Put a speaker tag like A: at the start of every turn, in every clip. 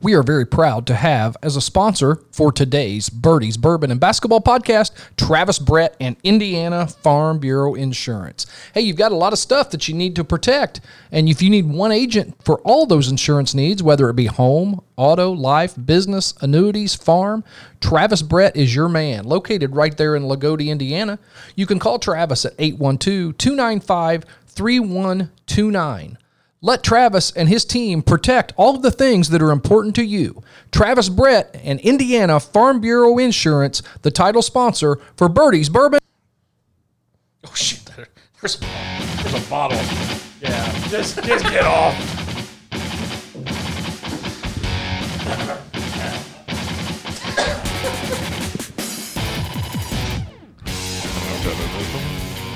A: we are very proud to have as a sponsor for today's Birdies Bourbon and Basketball podcast, Travis Brett and Indiana Farm Bureau Insurance. Hey, you've got a lot of stuff that you need to protect. And if you need one agent for all those insurance needs, whether it be home, auto, life, business, annuities, farm, Travis Brett is your man, located right there in Lagodi, Indiana. You can call Travis at 812 295 3129. Let Travis and his team protect all of the things that are important to you. Travis Brett and Indiana Farm Bureau Insurance, the title sponsor for Birdie's Bourbon.
B: Oh shit! There, there's there's a bottle. Yeah, just just get off.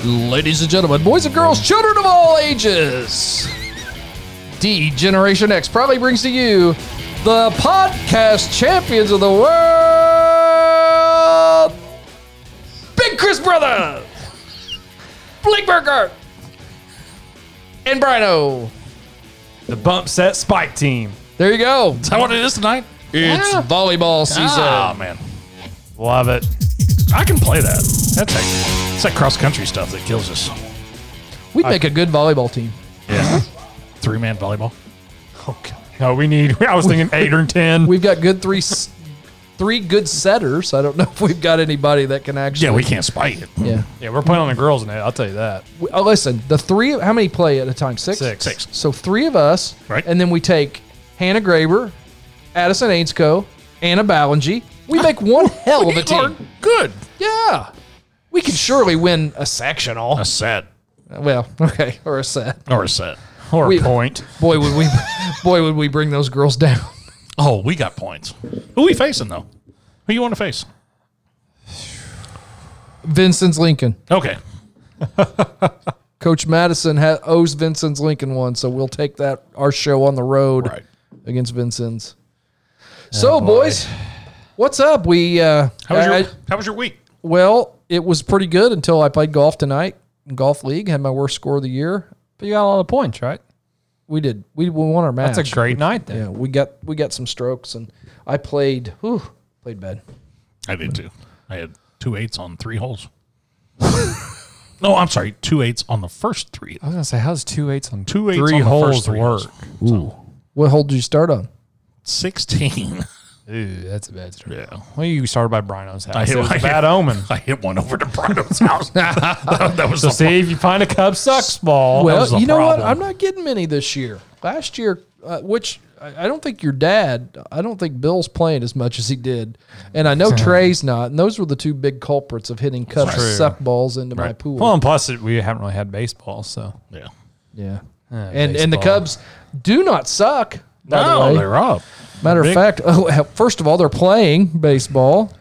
A: Ladies and gentlemen, boys and girls, children of all ages, D Generation X proudly brings to you the podcast champions of the world, Big Chris Brother, Blake Burkhardt, and Brian O.
C: The bump set spike team.
A: There you go.
B: Is that what it is tonight?
A: It's
B: Yeah.
A: volleyball season.
B: Ah man,
C: Love it.
B: I can play that. That's like it's that cross country stuff that kills us.
A: We'd make a good volleyball team.
B: Yeah, three man volleyball.
C: Okay. No, we need. I was thinking eight or ten.
A: We've got good three, s- three good setters. I don't know if we've got anybody that can actually.
B: Yeah, we can't spike it.
A: Yeah.
C: yeah, we're playing on the girls' net. I'll tell you that.
A: We- oh, listen, the three. How many play at a time? Six.
C: Six.
B: Six.
A: So three of us,
B: Right.
A: And then we take Hannah Graber, Addison Ainsco, Anna Ballingy. We make one hell of a
B: We are
A: team.
B: good.
A: Yeah. We can surely win a sectional.
B: A set
A: Well, okay, or a set.
B: or a set.
C: Or
A: We-
C: a point.
A: Boy, would we, boy, would we bring those girls down.
B: Oh, we got points. Who we facing though? Who you want to face?
A: Vincent's Lincoln.
B: Okay.
A: Coach Madison ha- owes Vincent's Lincoln one, so we'll take that our show on the road
B: Right.
A: against Vincent's. so, boys, what's up? We uh,
B: Oh, How was your
A: I-
B: How was your week?
A: well, it was pretty good until I played golf tonight. in Golf league had my worst score of the year.
C: But you got a lot of points, right?
A: We did. We, we won our match.
C: That's a great night then.
A: Yeah, we got we got some strokes, and I played. Whew, played bad.
B: I did too. I had two eights on three holes. no, I'm sorry, two eights on the first three.
C: I was gonna say, how's two eights on
B: Two eights
C: three
B: on the
C: holes
B: first three
C: work?
B: holes.
A: What hole did you start on?
B: Sixteen.
C: Ooh, that's a bad story.
B: Yeah.
C: Well, you started by Brino's house.
B: I
C: it
B: know,
C: was a
B: I
C: bad
B: know.
C: omen.
B: I hit one over to Brino's house. that, that was
C: So
B: the fun-
C: see if you find a Cub sucks ball.
B: Oh, was
A: Well,
B: the
A: you know what?
B: problem.
A: I'm not getting many this year. Last year, uh, which I, I don't think your dad, I don't think Bill's playing as much as he did, and I know Trey's not. And those were the two big culprits of hitting cup
C: True.
A: suck balls into my
B: Right.
A: pool.
C: well, and plus it, we haven't really had baseball, so
B: Yeah.
A: yeah, and and the
C: baseball.
A: Cubs do not suck. By
B: No,
A: the way.
B: they're up.
A: matter of
C: big.
A: fact, oh, hell, first of all, they're playing baseball.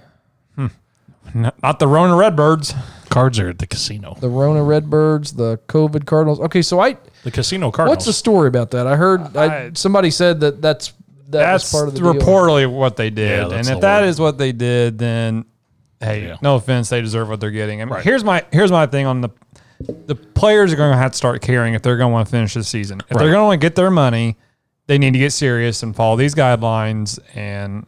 C: N- not the Rona Redbirds.
B: Cards are at the casino.
A: The Rona Redbirds, the COVID Cardinals. Okay, so I,
B: The casino Cardinals.
A: what's the story about that? I heard I,
C: I-
A: somebody said that that's that
C: That's
A: was part of the deal.
C: reportedly what they did,
B: that's
C: and
B: the
C: if that
B: word.
C: is what they did, then hey,
B: Yeah.
C: no offense, they deserve what they're getting. I mean,
B: Right.
C: here's my here's my thing on the the players are going to have to start caring if they're going to want to finish the season. If
B: Right.
C: they're going to want to get their money, they need to get serious and follow these guidelines. And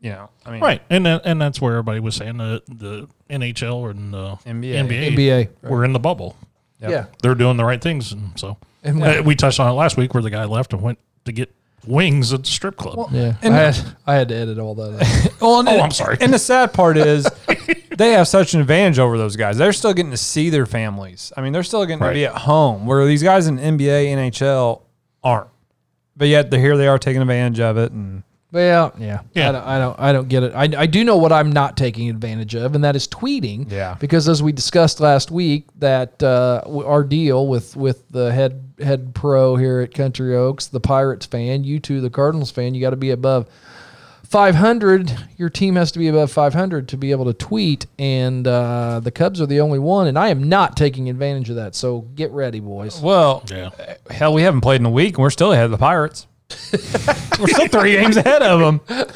C: you know, I mean,
B: Right, and that, and that's where everybody was saying the the NHL and the
C: NBA.
B: NBA,
A: NBA,
B: we're in the bubble.
A: Yeah.
B: They're doing the right things, and so
A: And
B: Uh, we touched on it last week, where the guy left and went to get wings at the strip club.
A: Yeah,
C: And-
A: I had I had to edit all that. Out.
C: Well, and
B: Oh,
C: it-
B: I'm sorry.
C: And the sad part is they have such an advantage over those guys. They're still getting to see their families. I mean, they're still getting
B: Right.
C: to be at home where these guys in NBA, NHL aren't. But yet they're here they are taking advantage of it and
A: Well, yeah,
B: Yeah.
A: I don't, I don't, I don't get it. I, I do know what I'm not taking advantage of, and that is tweeting.
C: Yeah.
A: Because as we discussed last week, that uh, w- our deal with with the head head pro here at Country Oaks, the Pirates fan, you two, the Cardinals fan, you got to be above 500. Your team has to be above 500 to be able to tweet, and uh, the Cubs are the only one, and I am not taking advantage of that. So get ready, boys.
C: well
B: Yeah,
C: hell we haven't played in a week and we're still ahead of the Pirates. we're still three games ahead of them.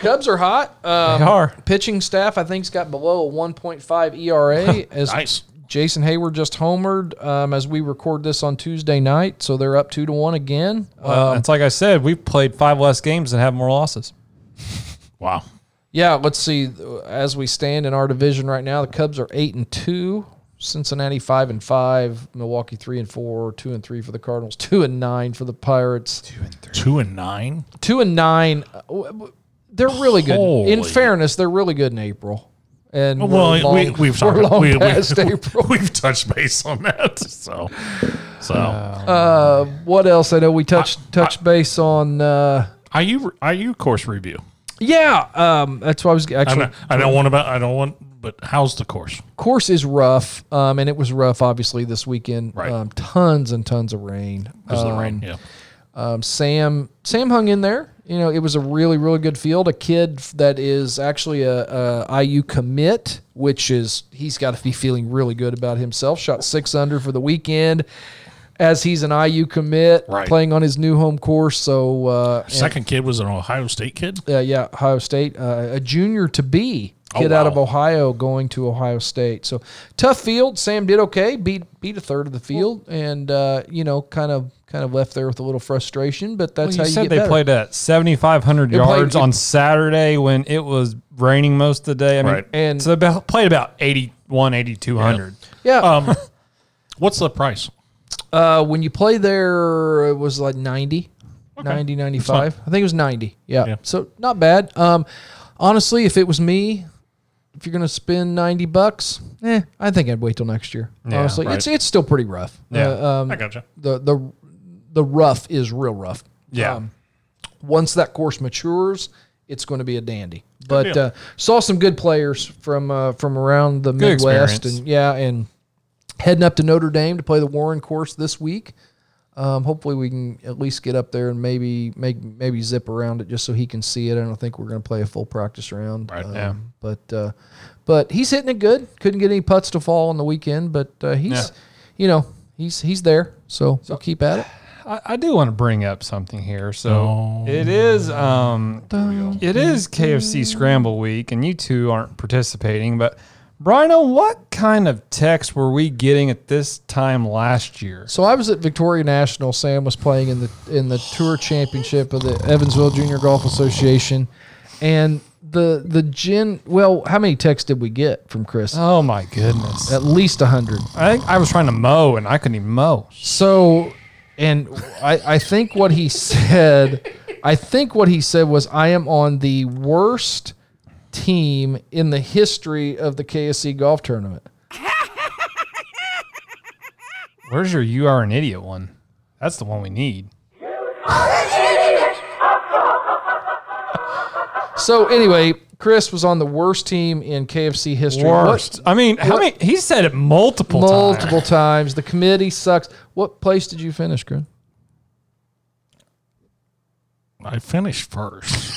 A: Cubs are hot. Um,
C: They are.
A: Pitching staff, I think, has got below E a 1.5 ERA. as
B: Nice.
A: Jason Hayward just homered um, as we record this on Tuesday night, so they're up two to one again. Uh,
C: Well, it's like I said, we've played five less games and have more losses.
B: Wow.
A: Yeah, let's see. As we stand in our division right now, the Cubs are eight and two, Cincinnati five and five, Milwaukee three and four, two and three for the Cardinals, two and nine for the Pirates,
B: Two and nine.
A: two and nine. uh, w- w- They're really good. In
B: Holy.
A: fairness, they're really good in April. And we're
B: Well,
A: long-
B: we, we've
A: we're
B: talked.
A: long
B: we,
A: past
B: we,
A: April.
B: We've touched base on that. So, so
A: Uh, what else? I know we touched touched base on. Uh,
B: are you? Are you course review?
A: yeah, um, that's what I was
B: I'm
A: actually.
B: not, I don't want about. I don't want. But how's the course?
A: course is rough, um, and it was rough, obviously, this weekend.
B: Right.
A: Um, tons and tons of rain.
B: Because of
A: Um,
B: the rain. Yeah.
A: um, Sam Sam hung in there. You know, it was a really really good field. A kid that is actually a, a IU commit, which is he's got to be feeling really good about himself. Shot six under for the weekend. As he's an IU commit,
B: Right.
A: playing on his new home course, so uh, and-
B: Second kid was an Ohio State kid.
A: uh, yeah, Ohio State, uh, a junior to be
B: Oh,
A: kid out of
B: wow.
A: Ohio going to Ohio State. So tough field. Sam did okay, beat beat a third of the field, and uh, you know, kind of kind of left there with a little frustration. But that's
C: you
A: how you
C: said
A: get
C: they
A: better.
C: played at 7,500
A: played-
C: yards on Saturday when it was raining most of the day. I mean,
B: Right.
A: And-
C: so they about- played about 81, 8,200.
A: Yeah,
B: Um, what's the price?
A: uh, when you play there, it was like 90, 90, 95. I think it was 90. Yeah.
B: Yeah.
A: So not bad. Um, honestly, if it was me, if you're going to spend 90 bucks, eh, I think I'd wait till next year. honestly,
B: right.
A: it's, it's still pretty rough.
C: Yeah.
A: Uh, um,
B: I gotcha.
A: the, the, the rough is real rough.
C: Yeah.
B: Um,
A: once that course matures, it's going to be a dandy. But
B: deal.
A: uh, saw some good players from uh, from around the
C: Good
A: Midwest,
C: experience.
A: and yeah, and heading up to Notre Dame to play the Warren course this week. Um, hopefully, we can at least get up there and maybe make maybe zip around it just so he can see it. I don't think we're going to play a full practice round,
B: Right,
A: Um,
C: yeah.
A: But uh, but he's hitting it good. Couldn't get any putts to fall on the weekend, but uh, he's you know he's he's there. So, we'll keep at it.
C: I, I do want to bring up something here. So it
A: Oh.
C: is um, it is KFC Scramble Week, and you two aren't participating. But Brino, what kind of text were we getting at this time last year?
A: So I was at Victoria National. Sam was playing in the in the tour championship of the Evansville Junior Golf Association, and the the gin. Well, how many texts did we get from Chris?
C: Oh my goodness!
A: At least a hundred.
C: I think I was trying to mow, and I couldn't even mow.
A: So, and I I think what he said, I think what he said was, I am on the worst team in the history of the KSC golf tournament.
C: Where's your "You Are an Idiot" one? That's the one we need.
A: So anyway, Chris was on the worst team in KFC history. What-
C: Worst. I mean, how many? He said it multiple, times.
A: multiple times. The committee sucks. What place did you finish, Chris?
B: I finished first.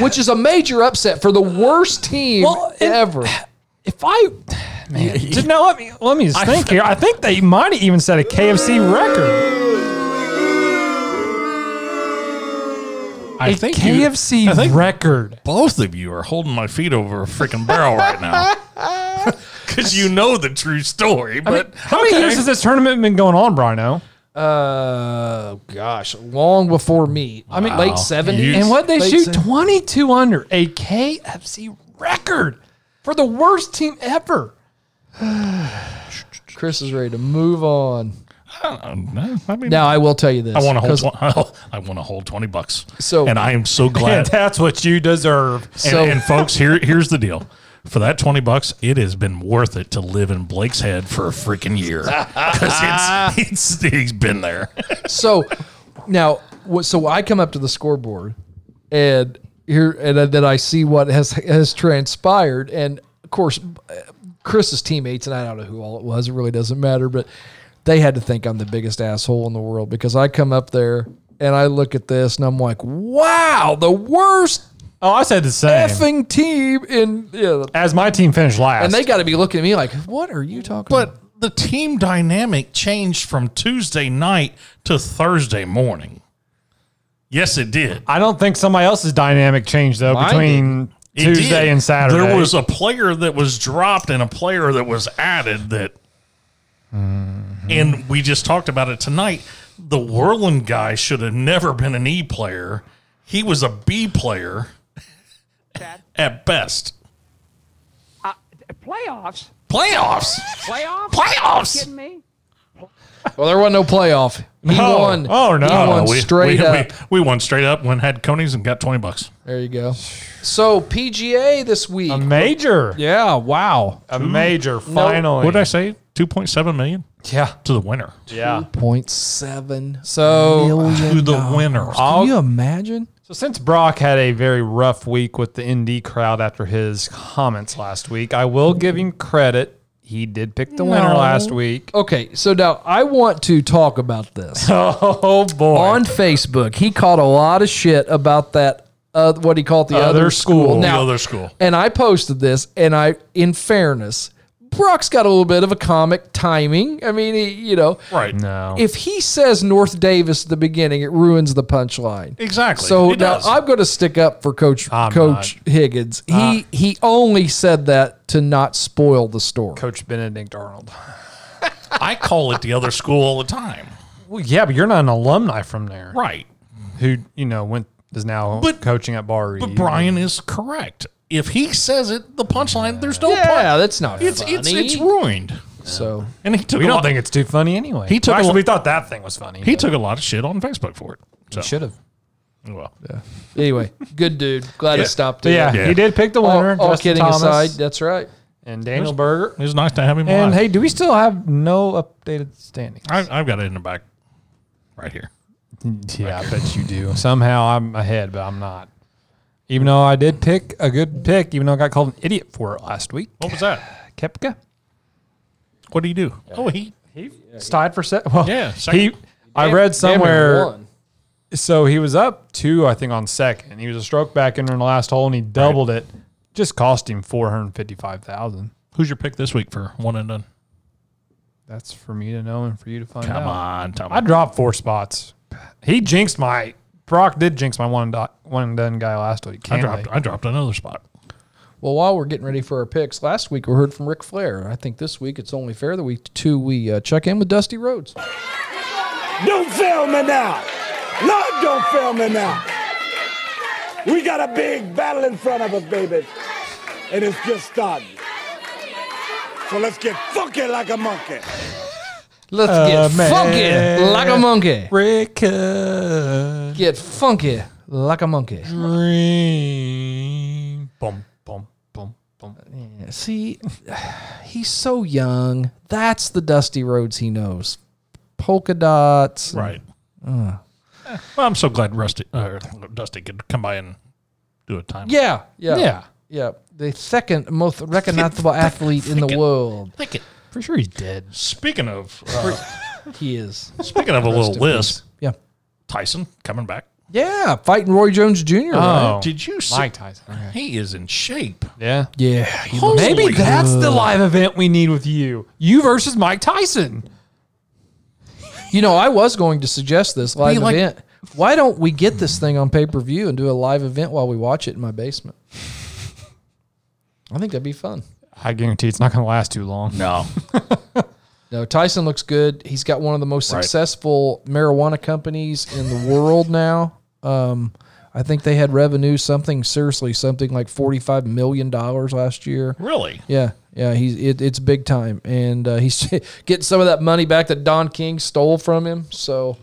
A: Which is a major upset for the worst team
C: Well, it-
A: ever.
C: If I, man, just now let me let me just think here. I think they might have even set a KFC record.
B: I
C: A
B: think you-
C: KFC
B: I think
C: record.
B: both of you are holding my feet over a freaking barrel right now. Because you know the true story, but
C: How many years has this tournament been going on, Brino?
A: Uh, gosh, long before me. I mean, late
B: Wow.
A: seventies.
B: You-
C: And what they
A: Late
C: shoot
A: seventies.
C: twenty two under a KFC record for the worst team ever.
A: Chris is ready to move on.
B: I, don't know. I mean,
A: Now I will tell you this.
B: I want to hold.
A: 'cause-
B: Tw- I want to hold twenty bucks.
A: So-
B: and I am so glad. and,
C: that's what you deserve.
A: So-
B: and folks, here here's the deal. For that twenty bucks, it has been worth it to live in Blake's head for a freaking year because it's, it's he's been there.
A: so now wh- so I come up to the scoreboard and here and then I see what has has transpired and of course uh, Chris's teammates and I don't know who all it was it really doesn't matter but they had to think I'm the biggest asshole in the world because I come up there and I look at this and I'm like wow the worst
C: Oh, I said the same.
A: effing team in yeah
C: As my team finished last,
A: and they got to be looking at me like what are you talking about
B: But the team dynamic changed from Tuesday night to Thursday morning. Yes, it did.
C: I don't think somebody else's dynamic changed though
A: Mine
C: between
B: It
C: Tuesday
B: did.
C: and Saturday.
B: There was a player that was dropped and a player that was added that.
C: Mm-hmm.
B: And we just talked about it tonight. The Whirling guy should have never been an E player. He was a B player at best.
D: Uh, playoffs?
B: Playoffs.
D: Playoffs?
B: Playoffs.
D: Kidding me?
A: Well, there wasn't no playoff. He
C: Oh,
A: won.
C: oh, no.
A: He won
B: We-
A: straight
B: we,
A: up.
B: We, we won straight up. One had Coney's and got twenty bucks.
A: There you go. So PGA this week.
C: a major,
A: yeah. Wow.
C: a major. Finally,
B: What did I say? Two point seven million
C: Oh, yeah,
B: to the winner.
C: yeah.
A: Point seven.
C: So,
B: To the winner.
A: Can you imagine?
C: so since Brock had a very rough week with the ND crowd after his comments last week, I will give him credit. He did pick the winner
B: No.
C: last week.
A: Okay, so now I want to talk about this
C: Oh boy!
A: on Facebook. He caught a lot of shit about that. Uh, what he called the other,
C: Other school.
A: Now,
B: the other school.
A: and I posted this, and I, in fairness, Brock's got a little bit of a comic timing. I mean, he, you know,
B: Right.
C: no,
A: if he says North Davis at the beginning, it ruins the punchline.
B: Exactly.
A: So
B: He
A: now
B: does.
A: I'm going to stick up for Coach
C: I'm Uh,
A: Coach Higgins. He he only said that to not spoil the story.
C: Coach Benedict Arnold.
B: I call it the other school all the time.
C: Well, yeah, but you're not an alumni from there,
B: Right.
C: who you know went is now
B: But-
C: coaching at Bar. E.
B: But Brian is correct. If he says it, the punchline, there's no
A: yeah,
B: punch.
A: that's not
B: It's,
A: funny.
B: it's, it's ruined.
A: so
B: And he took
C: we
B: a
C: don't
B: lot,
C: think it's too funny anyway.
B: He took
C: Well,
B: a
C: actually,
B: lo-
C: we thought that thing was funny.
B: he took a lot of shit on Facebook for it. So,
C: should have.
B: well,
A: anyway, good dude. Glad it stopped.
C: But yeah,
B: Yeah.
C: he did pick the
A: All,
C: winner.
A: all
C: Justin
A: kidding
C: Thomas
A: aside, that's right.
C: and Daniel Berger.
B: it was nice to have him
C: And
B: on.
C: hey, do we still have no updated standings?
B: I, I've got it in the back right here.
C: yeah, I bet you do. Somehow I'm ahead, but I'm not. Even though I did pick a good pick, even though I got called an idiot for it last week.
B: What was that?
C: Kepka.
B: What do you do? Oh, he.
C: He tied for set. Well,
B: Yeah, second.
C: he. I read
A: Damn
C: somewhere.
A: near won.
C: So he was up two, I think, on second. He was a stroke back in the last hole, and he doubled it. Just cost him four hundred fifty-five thousand.
B: Who's your pick this week for one and done?
C: That's for me to know and for you to find
B: Come
C: out.
B: on, Tom.
C: I dropped four spots. He jinxed my Brock did jinx my one and, dot, one and done guy last week.
B: I
C: Can't
B: dropped. I dropped another spot.
A: Well, while we're getting ready for our picks, last week we heard from Ric Flair. I think this week it's only fair that we two we uh, check in with Dusty Rhodes.
E: Don't fail me now. Lord, don't fail me now. We got a big battle in front of us, baby. And it's just starting. So let's get funky like a monkey.
A: Let's
C: Uh,
A: get
C: man.
A: funky like a monkey.
C: Rick
A: Get funky like a monkey.
C: Dream. Boom, boom, boom, boom.
A: See, he's so young. That's the Dusty Rhodes he knows. Polka dots.
B: Right.
C: Uh.
B: Eh, Well, I'm so glad Rusty uh, Dusty could come by and do a time.
A: Yeah. Yeah.
C: Yeah.
A: Yeah. The second most recognizable athlete in the world.
C: Pretty sure he's dead.
B: Speaking of uh,
A: He is.
B: speaking of a little list,
A: Yeah.
B: Tyson coming back. Uh,
A: Yeah. Fighting Roy Jones Jr. right?
C: Oh,
B: Did you see?
C: Mike Tyson. Okay.
B: He is in shape.
C: Yeah.
A: Yeah. he
B: Holy-
A: looks-
C: Maybe
B: Holy
C: that's the live event we need with you. You versus Mike Tyson.
A: you know, I was going to suggest this live
B: like-
A: event. Why don't we get this thing on pay per view and do a live event while we watch it in my basement? I think that'd be fun.
C: I guarantee it's not going to last too long.
B: No,
A: No, Tyson looks good. He's got one of the most
B: Right.
A: successful marijuana companies in the world now. Um, I think they had revenue something seriously something like forty five million dollars last year.
B: really.
A: Yeah, yeah, he's it, it's big time, and uh, he's getting some of that money back that Don King stole from him. So,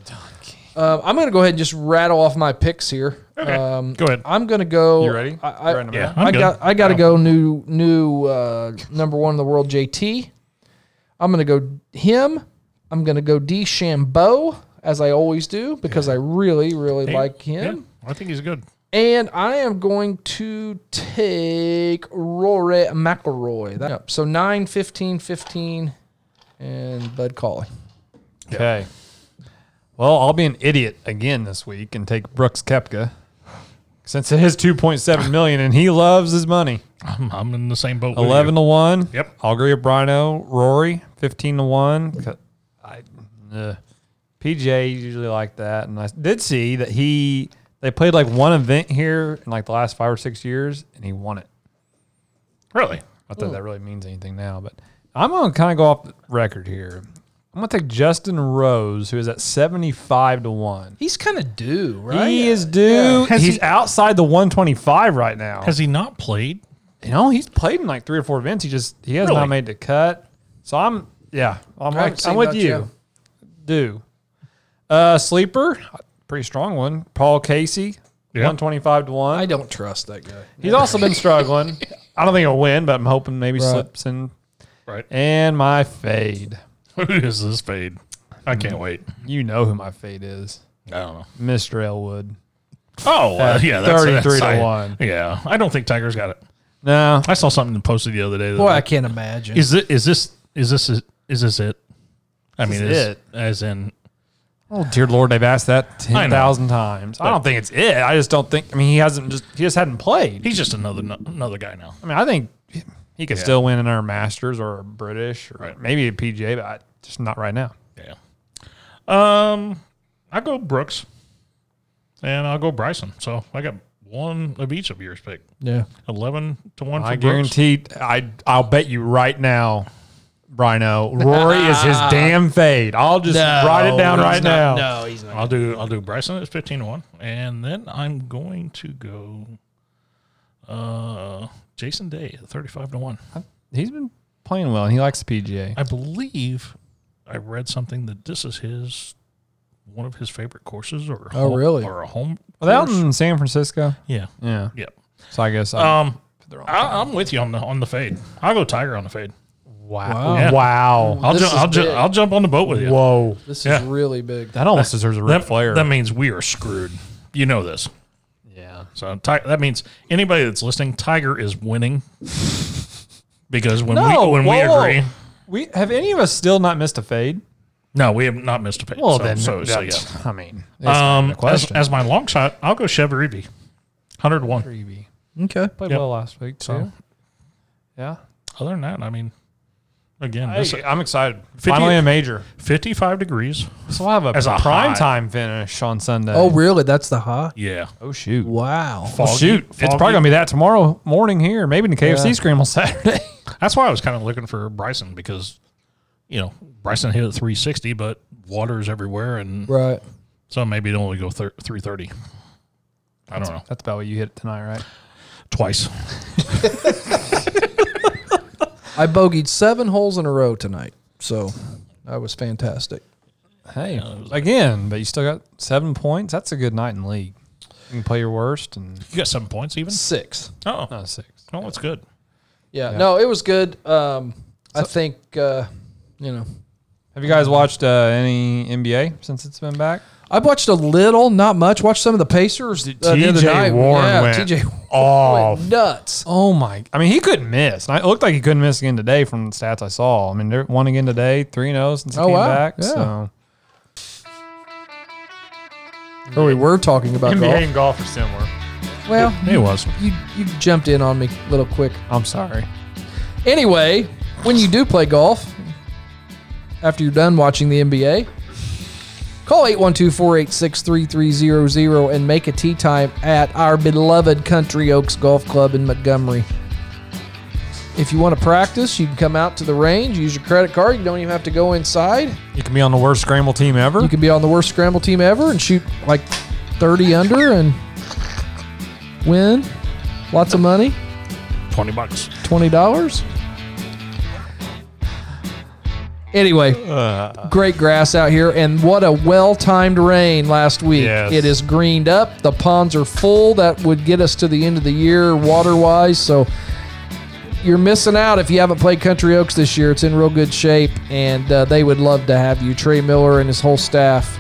A: Uh, I'm going to go ahead and just rattle off my picks here.
B: Okay, go ahead.
A: I'm going to go.
C: You ready?
A: I, I,
C: You're in a
B: Yeah,
C: minute.
B: I'm
A: I
B: good.
A: got I got to go new new uh, number one in the world JT. I'm gonna go him. I'm gonna go D Shambo as I always do because I really really like him.
B: Yeah, I think he's good.
A: And I am going to take Rory McIlroy. That, So 9, 15, 15, and Bud Cauley.
C: Okay. Well, I'll be an idiot again this week and take Brooks Kepka since it is 2.7 million and he loves his money.
B: I'm, I'm in the same boat. with you.
C: 11 to 1.
B: Yep.
C: I'll agree with Brino. Rory, 15 to 1. C- I, uh, PJ usually like that. And I did see that he, They played like one event here in like the last five or six years, and he won it.
B: Really?
C: Not that that really means anything now, but I'm going to kind of go off the record here. I'm going to take Justin Rose, who is at 75 to 1.
A: He's kind of due, right?
C: He is due.
B: Has
C: He's
B: he-
C: outside the 125 right now.
B: Has he not played?
C: you know, he's played in like three or four events. He just, he has
B: Really?
C: not made the cut. So I'm, yeah, I'm,
A: I haven't
C: like,
A: seen
C: I'm with
A: much
C: you.
A: yet.
C: Do. Uh, sleeper, pretty strong one. Paul Casey, 125 to 1.
A: I don't trust that guy.
C: He's also been struggling. I don't think he'll win, but I'm hoping maybe slips in.
B: Right.
C: And my fade.
B: Who is this fade? I can't wait.
C: You know who my fade is.
B: I don't know.
C: Mr. Elwood.
B: Oh, uh,
C: At
B: yeah, that's
C: 33 to
B: that's- I-
C: 1.
B: Yeah, I don't think Tiger's got it.
C: No.
B: I saw something posted the other day. That
A: Boy, I can't imagine.
B: is it? Is this? Is this? it- Is this it? I mean,
C: is
B: is,
C: it.
B: as in
C: Oh dear Lord, they've asked that
B: I
C: ten
B: know.
C: thousand times. I don't think it's it. I just don't think I mean he hasn't just he just hadn't played.
B: he's just another another guy now.
C: I mean, I think he could still win in our masters or British or
B: Right.
C: maybe a PGA, but I, just not right now.
B: Yeah. Um, I go Brooks, and I'll go Bryson. So I got one of each of yours pick.
A: yeah.
B: Eleven to one. For
C: I
B: Brooks.
C: guarantee I I'll bet you right now, Rhino, Rory is his damn fade. I'll just write it down
A: he's
C: right
A: not-
C: now.
A: No, he's not.
B: I'll do I'll do Bryson at fifteen to one, and then I'm going to go, uh, Jason Day at thirty five to one.
C: He's been playing well and he likes the PGA.
B: I believe I read something that this is his one of his favorite courses, or a
A: Oh,
B: home-
A: really?
B: or a home.
C: Well, that
B: course.
C: was in San Francisco.
B: yeah,
C: Yeah. Uh,
B: yeah.
C: So I guess I,
B: Um, I, I'm with you on the on the fade. I'll go Tiger on the fade.
C: wow.
B: Yeah.
C: Wow.
B: I'll
A: This
B: jump.
A: is
B: I'll, ju-
A: big.
B: I'll jump on the boat with you.
C: Whoa.
A: This is
B: Yeah.
A: really big.
C: That almost deserves a red
B: that,
C: flare.
B: that means we are screwed. You know this.
C: yeah.
B: So ti- that means anybody that's listening, Tiger is winning. Because when
C: No,
B: we when we
C: whoa, whoa.
B: agree,
C: We have any of us still not missed a fade?
B: no, we have not missed a pick. so, so, so yeah.
C: that's- I mean, it's
B: Um,
C: a
B: as,
C: question.
B: as my long shot, I'll go Chevy hundred one.
C: Freebie.
A: Okay.
C: Played
B: Yep.
C: well last week too.
B: So-
C: yeah.
B: Other than that, I mean, again,
C: Hey,
B: this,
C: I'm excited. Finally a major.
B: fifty-five degrees.
C: So we'll have a,
B: As a
C: prime
B: hot-
C: time finish on Sunday.
A: Oh, really? That's the high?
B: Yeah,
C: oh shoot.
A: Wow.
C: Well, shoot. It's probably gonna be that tomorrow morning here, maybe in the KFC
A: Yeah.
C: scramble Saturday.
B: That's why I was kind of looking for Bryson because, you know, Bryson hit at three sixty, but water's everywhere, and
A: Right.
B: so maybe it'll only go thir- three thirty. I don't know.
C: That's about what you hit tonight, right?
B: Twice.
A: I bogeyed seven holes in a row tonight. So that was fantastic.
C: Hey, again, but you still got seven points. That's a good night in league. You can play your worst and
B: You got seven points even.
A: Six.
B: Oh,
C: uh, six.
B: oh, that's good.
A: Yeah. No, it was good. Um, I think, uh, you know,
C: Have you guys watched uh, any NBA since it's been back?
A: I watched a little, not much. Watched some of the Pacers uh, the other night. yeah, TJ
C: off.
A: went nuts.
C: Oh my! I mean, he couldn't miss. And I, it looked like he couldn't miss again today from the stats I saw. I mean, they're one again today, three and zero since he
A: Oh,
C: came
A: wow.
C: back.
A: Yeah.
C: So
A: Or we were talking about golf.
C: and golf are similar.
A: Well,
B: It was.
A: you you jumped in on me a little quick.
C: I'm sorry.
A: Anyway, when you do play golf, after you're done watching the NBA, call 812 486 3300 and make a tee time at our beloved Country Oaks Golf Club in Montgomery. If you want to practice, you can come out to the range, use your credit card. You don't even have to go inside.
C: You can be on the worst scramble team ever.
A: You can be on the worst scramble team ever and shoot like 30 under and win lots of money.
B: Twenty bucks.
A: twenty dollars. Anyway, great grass out here, and what a well-timed rain last week.
C: Yes.
A: It is greened up. The ponds are full. That would get us to the end of the year water-wise. So you're missing out if you haven't played Country Oaks this year. It's in real good shape, and uh, they would love to have you. Trey Miller and his whole staff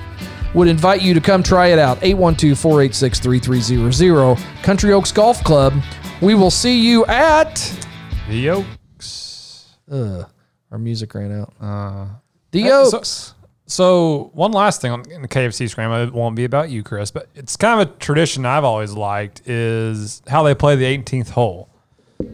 A: would invite you to come try it out. 812 486 3300, Country Oaks Golf Club. We will see you at.
C: the Oaks.
A: Ugh, our music ran out. Uh, the Oaks.
C: So one last thing on in the KFC scramble, it won't be about you, Chris, but it's kind of a tradition I've always liked is how they play the 18th hole.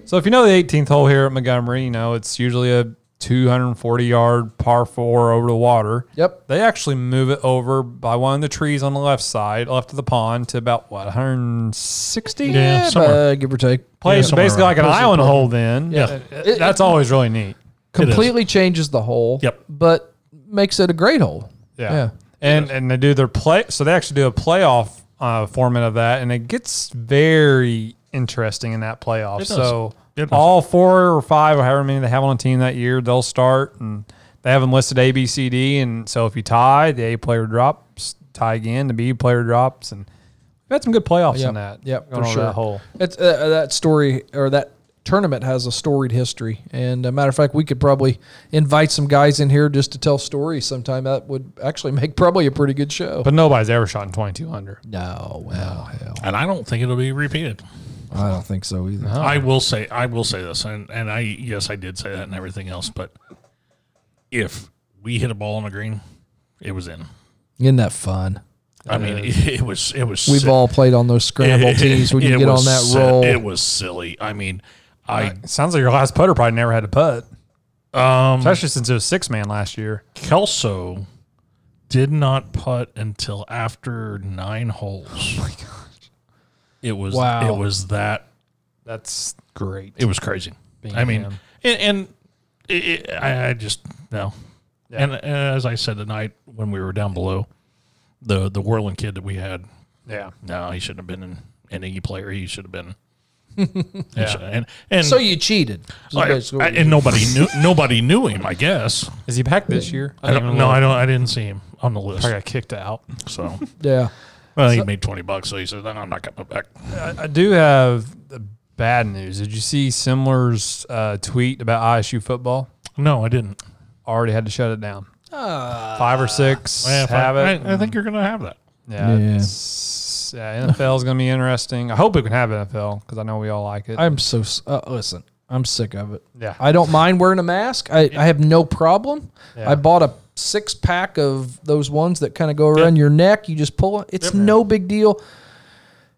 C: So if you know the 18th hole here at Montgomery, you know it's usually a 240 yard par four over the water.
A: Yep.
C: They actually move it over by one of the trees on the left side, left of the pond, to about what 160.
B: Yeah, somewhere.
A: uh, give or take.
C: Place
B: somewhere
C: basically like an
B: around.
C: island hole. Then
B: Yeah.
C: Uh, that's always really neat.
A: Completely changes the hole.
B: Yep.
A: But makes it a great hole.
C: Yeah. And and they do their play so they actually do a playoff uh, format of that and it gets very interesting in that playoff.
B: does.
C: So
B: It does.
C: all four or five or however many they have on a team that year, they'll start and they have them listed A B C D and so if you tie, the A player drops, tie again, the B player drops and we've had some good playoffs
A: Yep.
C: in that.
A: Yep,
C: going
A: for
C: over
A: sure.
C: That hole.
A: It's, uh, that story or that tournament has a storied history. And a matter of fact, we could probably invite some guys in here just to tell stories sometime. That would actually make probably a pretty good show.
C: But nobody's ever shot in twenty two hundred.
A: no, well, hell,
B: And I don't think it'll be repeated.
A: I don't think so either.
B: I will say I will say this, and, and I yes I did say that and everything else, but if we hit a ball on the green, it was in.
A: Isn't that fun?
B: I mean, it, it was it was.
A: Uh, We've
B: si-
A: all played on those scramble tees when you
B: it
A: get on
B: was
A: that
B: si-
A: roll.
B: It was silly. I mean, I
C: Sounds like your last putter probably never had to putt. Um, especially since it was six man last year.
B: Kelso did not putt until after nine holes. Oh my gosh! It was
A: Wow.
B: It was that.
C: That's great.
B: It was crazy. I mean,
C: Bingham.
B: and, and it, it, I, I just no. And, and as I said tonight when we were down below, the the whirling kid that we had,
C: Yeah.
B: no, he shouldn't have been an, an E player. He should have been. yeah. and and
A: so you cheated. So
B: like,
A: basically
B: Oh, I-
A: what you-
B: and nobody knew nobody knew him. I guess.
C: Is he back this year?
B: I don't, no, I don't. I didn't see him on the list.
C: I got kicked out.
B: So
A: yeah.
B: Well, he made twenty bucks, so he said, "No, "I'm not coming back."
C: I do have the bad news. Did you see Simler's uh, tweet about ISU football?
B: No, I didn't.
C: Already had to shut it down.
A: Ah.
C: five or six
B: Yeah, if I-
C: have
B: I,
C: it.
B: I think you're going to have that.
C: yeah.
A: Yeah.
C: it's- yeah NFL is going to be interesting. I hope we can have NFL because I know we all like it.
A: I'm so s- uh, listen. I'm sick of it.
C: Yeah.
A: I don't mind wearing a mask. I, I have no problem. I bought a six pack of those ones that kind of go around your neck. You just pull it. It's no big deal.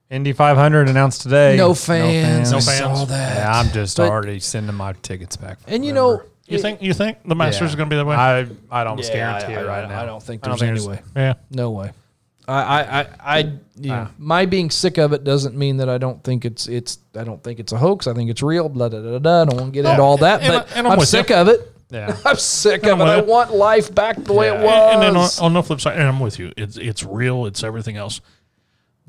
C: Indy 500 announced today.
A: No fans.
B: No
A: I saw
B: fans.
A: that.
C: Yeah, I'm just
A: But-
C: already sending my tickets back. for
A: And you
C: November.
A: know,
B: You
A: it-
B: think you think the Masters is going to be that way?
C: I I'd almost
A: Yeah,
C: guarantee
A: I, I-
C: it right now.
A: I don't think
C: I
A: there's
C: don't
A: any
C: think
A: way.
B: yeah,
A: No way. I I I, I yeah.
C: Ah.
A: my being sick of it doesn't mean that I don't think it's it's I don't think it's a hoax. I think it's real. Blah da da da. da. I don't want to get into all that,
B: and
A: but
B: I- and I'm
A: I'm
B: with
A: sick
B: you.
A: of it.
C: Yeah.
A: I'm sick
B: I'm
A: of it. I
B: with you.
A: want life back the way it
B: And-
A: was.
B: and then on, on the flip side, and I'm with you. It's it's real. It's everything else.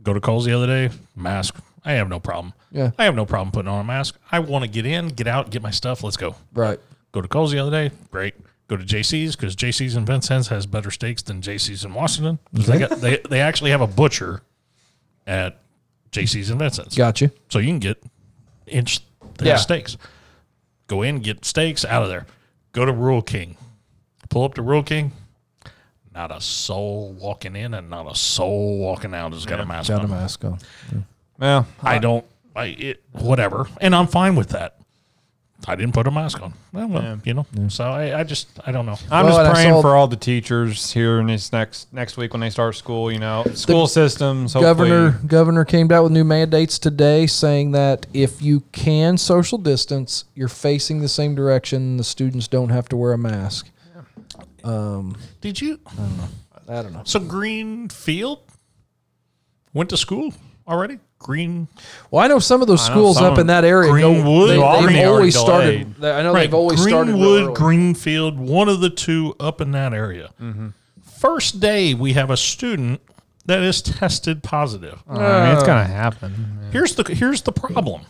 B: Go to Coles the other day. Mask. I have no problem.
A: Yeah.
B: I have no problem putting on a mask. I want to get in, get out, get my stuff. Let's go.
A: right.
B: Go to Coles the other day. Great. Go to JC's because JC's in Vincennes has better steaks than JC's in Washington. 'Cause They, got, they they actually have a butcher at JC's in Vincennes.
A: Got you.
B: So you can get inch thin
A: Yeah.
B: steaks. Go in, get steaks out of there. Go to Rural King. Pull up to Rural King. Not a soul walking in and not a soul walking out has got a mask on.
A: mask on.
C: Well,
B: I don't. I it whatever, and I'm fine with that. I didn't put a mask on. Well, well, you know. So I, I just I don't know.
C: I'm
A: Well, and I
C: just praying
A: saw-
C: for all the teachers here in this next next week when they start school. You know, school systems. Hopefully,
A: Governor Governor came out with new mandates today, saying that if you can social distance, you're facing the same direction. The students don't have to wear a mask.
B: Did you?
A: I don't know.
B: So Greenfield went to school already. Green
A: Well, I know some of those
C: know
A: schools
C: some
A: up in that area. go-
B: Greenwood,
A: they,
B: Auburn,
A: have
B: they
A: always
C: already
A: started.
C: delayed.
A: they- I know they've always started. real
B: Greenwood,
A: early. Mm-hmm.
B: Greenfield, one of the two up in that area. First day, we have a student that is tested positive.
A: Oh,
C: I mean, it's gonna happen.
B: Here's the here's the problem.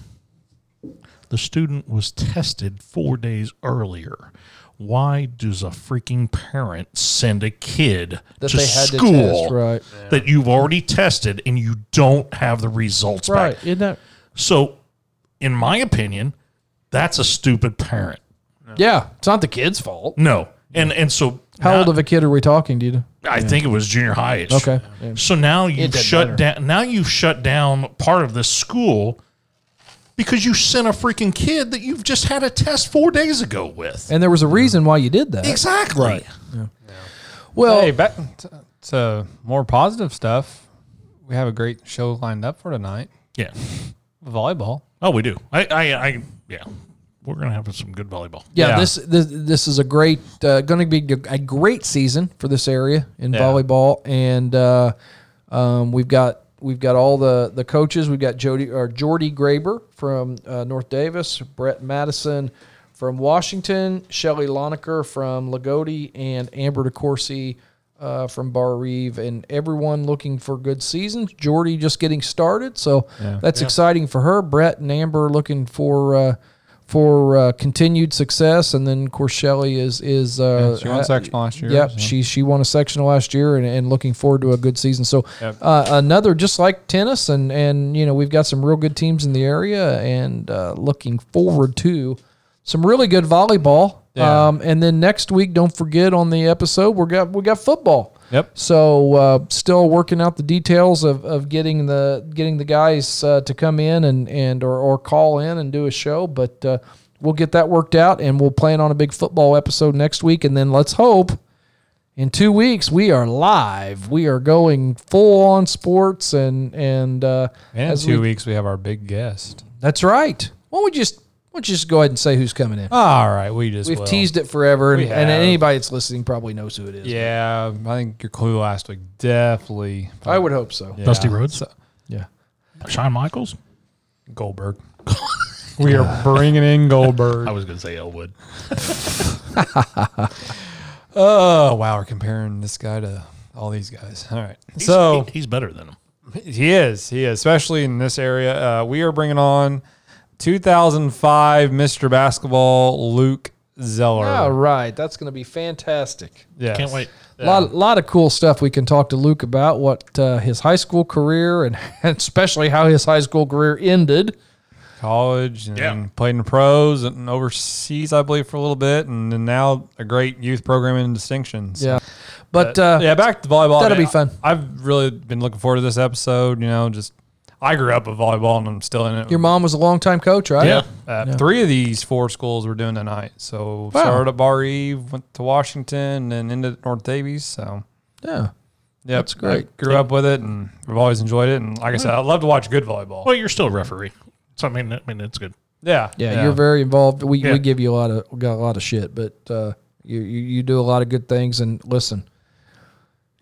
B: The student was tested four days earlier. Why does a freaking parent send a kid
A: That
B: to
A: they had to
B: school
A: test, right.
B: that you've already tested and you don't have the results
A: right?
B: back?
A: Isn't that?
B: So, in my opinion, that's a stupid parent.
A: Yeah, it's not the kid's fault.
B: No. And and so
A: How
B: now-
A: old of a kid are we talking, dude?
B: I think it was junior high ish.
A: Okay. Yeah.
B: So now you've
A: doesn't
B: shut down now you've shut down part of this school because you sent a freaking kid that you've just had a test four days ago with.
A: And there was a reason why you did that.
B: Exactly.
A: Well,
C: Hey, back to, to more positive stuff. We have a great show lined up for tonight.
B: Yeah.
C: Volleyball.
B: Oh, we do. I, I, I yeah. we're gonna have some good volleyball.
A: Yeah,
C: Yeah.
A: This, this this is a great uh, going to be a great season for this area in volleyball, and uh, um, we've got we've got all the the coaches. We've got Jody or Jordy Graber from uh, North Davis, Brett Madison from Washington, Shelly Loniker from Lagodi, and Amber DeCourcy uh, from Bar Reeve, and everyone looking for good seasons. Jordy just getting started, so that's exciting for her. Brett and Amber looking for uh, for uh, continued success, and then of course Shelly is is uh,
C: she won
A: uh,
C: section last year,
A: Yep,
C: so.
A: she she won a section last year, and, and looking forward to a good season. So
C: Yep.
A: uh, another just like tennis, and and you know we've got some real good teams in the area, and uh, looking forward to some really good volleyball.
C: Yeah.
A: Um, and then next week, don't forget on the episode we got we got football.
C: Yep.
A: So uh, still working out the details of, of getting the getting the guys uh, to come in and, and or, or call in and do a show, but uh, we'll get that worked out and we'll plan on a big football episode next week, and then let's hope in two weeks we are live. We are going full on sports and and uh,
C: And in
A: as
C: two
A: we-
C: weeks, we have our big guest.
A: That's right. Why don't we just why don't you just go ahead and say who's coming in?
C: All right, we just
A: We've
C: will.
A: teased it forever, and,
C: We
A: and
C: have.
A: anybody that's listening probably knows who it is.
C: Yeah, I think your clue last week definitely
A: I would hope so.
C: Yeah.
B: Dusty Rhodes,
A: yeah.
B: Sean Michaels.
C: Goldberg. we are bringing in Goldberg.
B: I was gonna say Elwood.
C: Oh wow, we're comparing this guy to all these guys. All right, so
B: he, he's better than him.
C: he is, he is, especially in this area. Uh, we are bringing on 2005 Mr. Basketball Luke Zeller.
A: All right, that's going to be fantastic.
C: Yes.
B: Can't wait.
A: A lot, lot of cool stuff we can talk to Luke about what uh, his high school career and, and especially how his high school career ended.
C: College and
B: Yeah.
C: then played in the pros and overseas, I believe, for a little bit, and then now a great youth program in distinction. So-
A: Yeah, but uh,
C: yeah, back to volleyball.
A: That'll
C: man.
A: be fun.
C: I've really been looking forward to this episode. You know, just I grew up with volleyball and I'm still in it.
A: your mom was a longtime coach, right?
C: Yeah. Uh, Three of these four schools we're doing tonight. So started at Bar Eve, went to Washington, and ended at North Davies. So
A: yeah.
C: yeah,
A: That's great.
C: grew up with it, and I've always enjoyed it. And like I said, I love to watch good volleyball.
B: Well, you're still a referee. So I mean, I mean, it's good.
C: Yeah,
A: Yeah, you're very involved. We,
B: Yeah.
A: we give you a lot of got a lot of shit, but uh, you, you you do a lot of good things. And listen,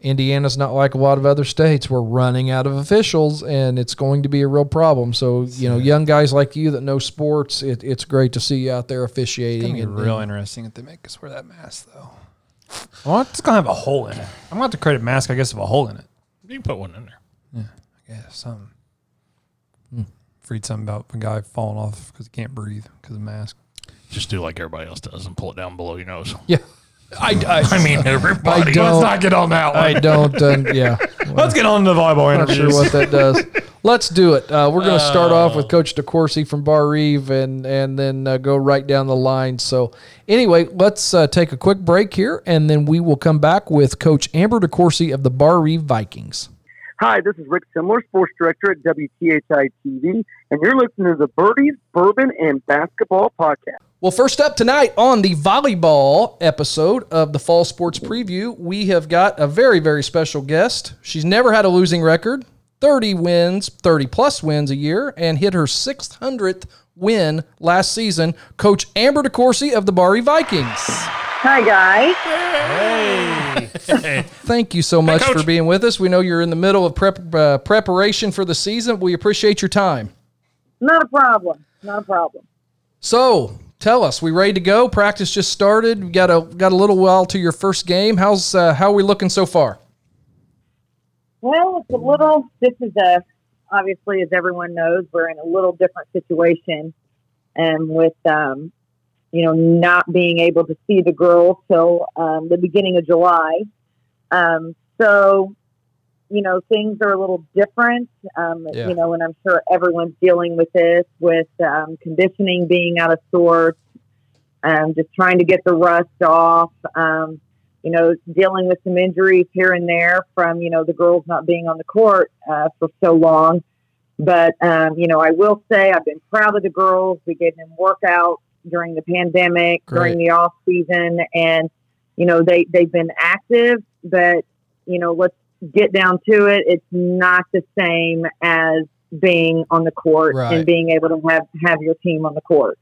A: Indiana's not like a lot of other states. We're running out of officials, and it's going to be a real problem. So you know, young guys like you that know sports, it, it's great to see you out there officiating.
C: It's
A: And,
C: real
A: and-
C: interesting if they make us wear that mask, though. Well, it's gonna have a hole in it. I'm gonna have to create a mask, I guess, with a hole in it.
B: You can put one in there.
C: Yeah, something. Hmm. Read something about a guy falling off because he can't breathe because of the mask.
B: Just do like everybody else does and pull it down below your nose.
A: yeah,
B: I, I, mean, everybody.
A: I don't-
B: Let's not get on that one.
A: I don't. Um, yeah,
C: Let's get on to the volleyball
A: not sure
C: interviews.
A: what that does. Let's do it. Uh, we're going to start off with Coach DeCourcy from Bar Reeve and, and then uh, go right down the line. So, anyway, let's uh, take a quick break here, and then we will come back with Coach Amber DeCourcy of the Bar Reeve Vikings.
F: Hi, this is Rick Simler, sports director at WTHI TV, and you're listening to the Birdies, Bourbon, and Basketball Podcast.
A: Well, first up tonight on the volleyball episode of the Fall Sports Preview, we have got a very, very special guest. She's never had a losing record 30 wins, 30 plus wins a year, and hit her 600th win last season. Coach Amber DeCourcy of the Bari Vikings.
G: Hi, guys.
A: Thank you so much
B: Coach.
A: for being with us. We know you're in the middle of prep, uh, preparation for the season. We appreciate your time.
G: Not a problem. Not a problem.
A: So, tell us, we ready to go? Practice just started. We got a got a little while to your first game. How's uh, how are we looking so far?
G: Well, it's a little, this is a, obviously, as everyone knows, we're in a little different situation. And with, um, you know, not being able to see the girls till um, the beginning of July. Um, so, you know, things are a little different, um,
A: Yeah.
G: you know, and I'm sure everyone's dealing with this, with um, conditioning being out of sorts, um, just trying to get the rust off, um, you know, dealing with some injuries here and there from, you know, the girls not being on the court uh, for so long. But, um, you know, I will say I've been proud of the girls. We gave them workouts during the pandemic, during the off season, and, you know, they, they've been active, but, you know, let's get down to it. It's not the same as being on the court
A: Right.
G: and being able to have, have your team on the court.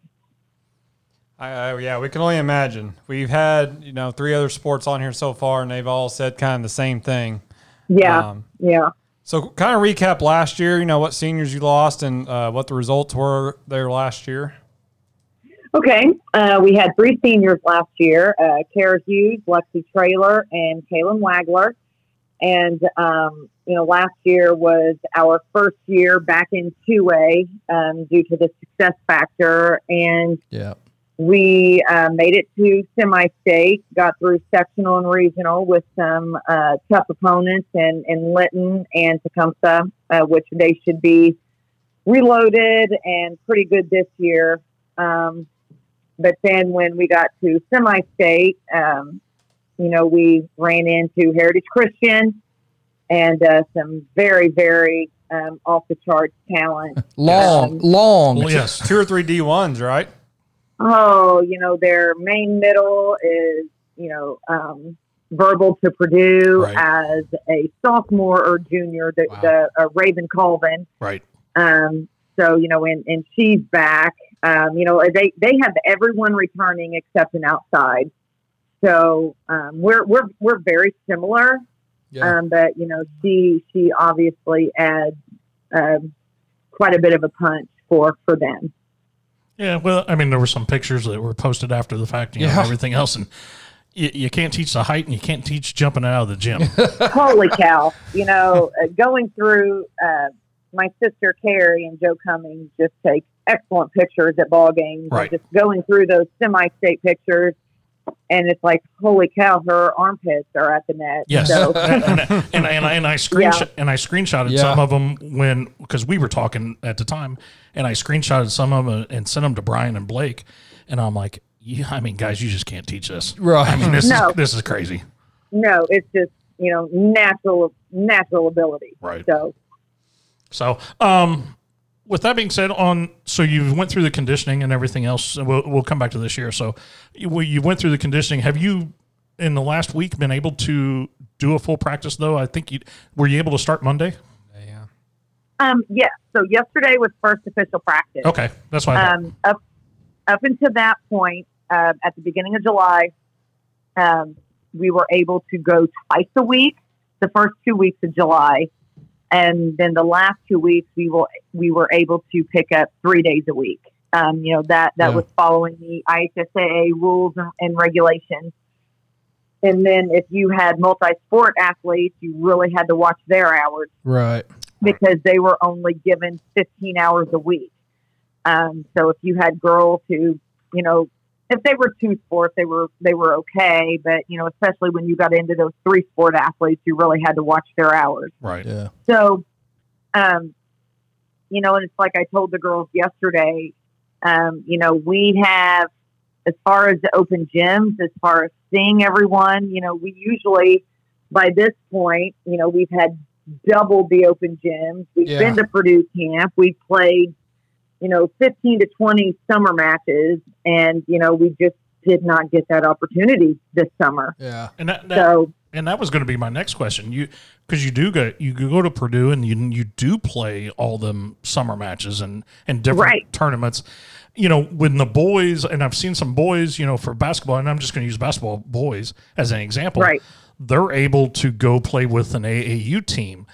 C: I, I, yeah, we can only imagine. We've had you know three other sports on here so far, and they've all said kind of the same thing.
G: Yeah.
C: Um,
G: yeah.
C: So, kind of recap last year. You know what seniors you lost and uh, what the results were there last year.
G: Okay. Uh, we had three seniors last year uh, Kara Hughes, Lexi Trailer, and Kaylin Wagler. And, um, you know, last year was our first year back in 2A um, due to the success factor. And
A: Yeah.
G: we uh, made it to semi state, got through sectional and regional with some uh, tough opponents in, in Lytton and Tecumseh, uh, which they should be reloaded and pretty good this year. Um, but then when we got to semi state, um, you know, we ran into Heritage Christian and uh, some very, very um, off the charts talent. Um,
A: Long, long.
B: Well, yes.
C: Two or three D ones, right?
G: oh, you know, their main middle is, you know, um, verbal to Purdue
B: Right.
G: as a sophomore or junior, the,
A: Wow.
G: the uh, Raven Colvin.
B: Right.
G: Um, so, you know, and, and she's back. Um, you know, they, they have everyone returning except an outside. So um, we're, we're, we're very similar.
A: Yeah.
G: Um, but you know, she she obviously adds um, quite a bit of a punch for for them.
B: Yeah, well, I mean, there were some pictures that were posted after the fact, you know, and
A: Yeah.
B: everything else, and you, you can't teach the height and you can't teach jumping out of the gym.
G: Holy cow! You know, uh, going through uh, my sister Carrie and Joe Cummings just take excellent pictures at ball games. and
B: Right.
G: Just going through those semi-state pictures, and it's like, holy cow, her armpits are at the net.
B: Yes,
G: So,
B: and, and, and, and I, and I screenshot and I screenshotted
A: Yeah.
B: some of them when because we were talking at the time, and I screenshotted some of them and sent them to Brian and Blake, and I'm like, yeah, I mean, guys, you just can't teach this.
A: Right.
B: I mean, this
G: No.
B: is this is crazy.
G: no, it's just you know natural natural ability.
B: Right.
G: So
B: So, um, with that being said, on so you went through the conditioning and everything else. and We'll, we'll come back to this year. So, you, well, you went through the conditioning. Have you in the last week been able to do a full practice though? I think you were you able to start Monday.
C: Yeah.
G: Um, yes. So yesterday was first official practice.
B: Okay, that's why. I thought.
G: Um, up up until that point, uh, at the beginning of July, um, we were able to go twice a week. The first two weeks of July, and then the last two weeks, we will we were able to pick up three days a week. Um, you know that that
A: Yeah.
G: was following the IHSAA rules and, and regulations. And then if you had multi-sport athletes, you really had to watch their hours
A: Right.
G: because they were only given 15 hours a week. Um, so if you had girls who, you know, if they were two sports, they were they were okay. But you know, especially when you got into those three sport athletes, you really had to watch their hours.
B: right.
A: Yeah.
G: So, um, you know, and it's like I told the girls yesterday. Um, you know, we have as far as the open gyms, as far as seeing everyone. You know, we usually by this point, you know, we've had double the open gyms. We've
A: Yeah.
G: been to Purdue camp. We've played, you know, fifteen to twenty summer matches, and you know, we just did not get that opportunity this summer.
A: Yeah.
B: And that, that
G: So
B: and that was going to be my next question. You because you do go you go to Purdue and you you do play all them summer matches and and different
G: Right.
B: tournaments. You know, when the boys and I've seen some boys, you know, for basketball, and I'm just going to use basketball boys as an example.
G: Right.
B: They're able to go play with an AAU team,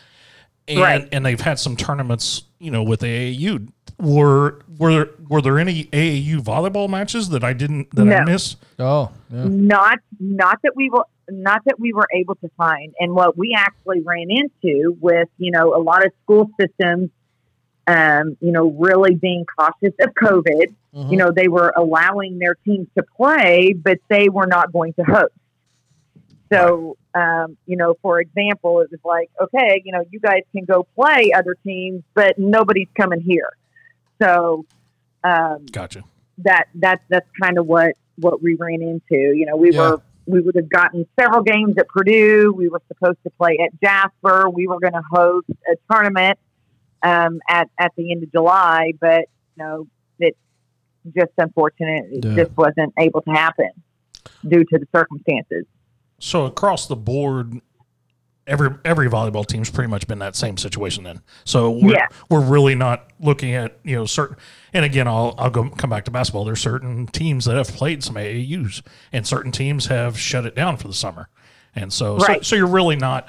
B: and
G: Right.
B: and they've had some tournaments, you know, with AAU. Were were were there any AAU volleyball matches that I didn't that I
G: No.
B: missed?
A: Oh. Yeah.
G: not not that we were not that we were able to find and what we actually ran into with you know a lot of school systems um, you know really being cautious of covid
A: Mhm.
G: you know they were allowing their teams to play but they were not going to host so um, you know for example it was like okay you know you guys can go play other teams but nobody's coming here so um,
B: Gotcha.
G: that that that's kind of what what we ran into. You know, we
A: Yeah.
G: were we would have gotten several games at Purdue. We were supposed to play at Jasper. We were going to host a tournament um, at at the end of July, but you know, it's just unfortunate. It
A: Yeah.
G: just wasn't able to happen due to the circumstances.
B: So across the board, every every volleyball team's pretty much been that same situation then. So we're,
G: Yeah.
B: we're really not looking at you know certain. And again, I'll I'll go come back to basketball. There's certain teams that have played some AAUs, and certain teams have shut it down for the summer. And so so,
G: Right.
B: so you're really not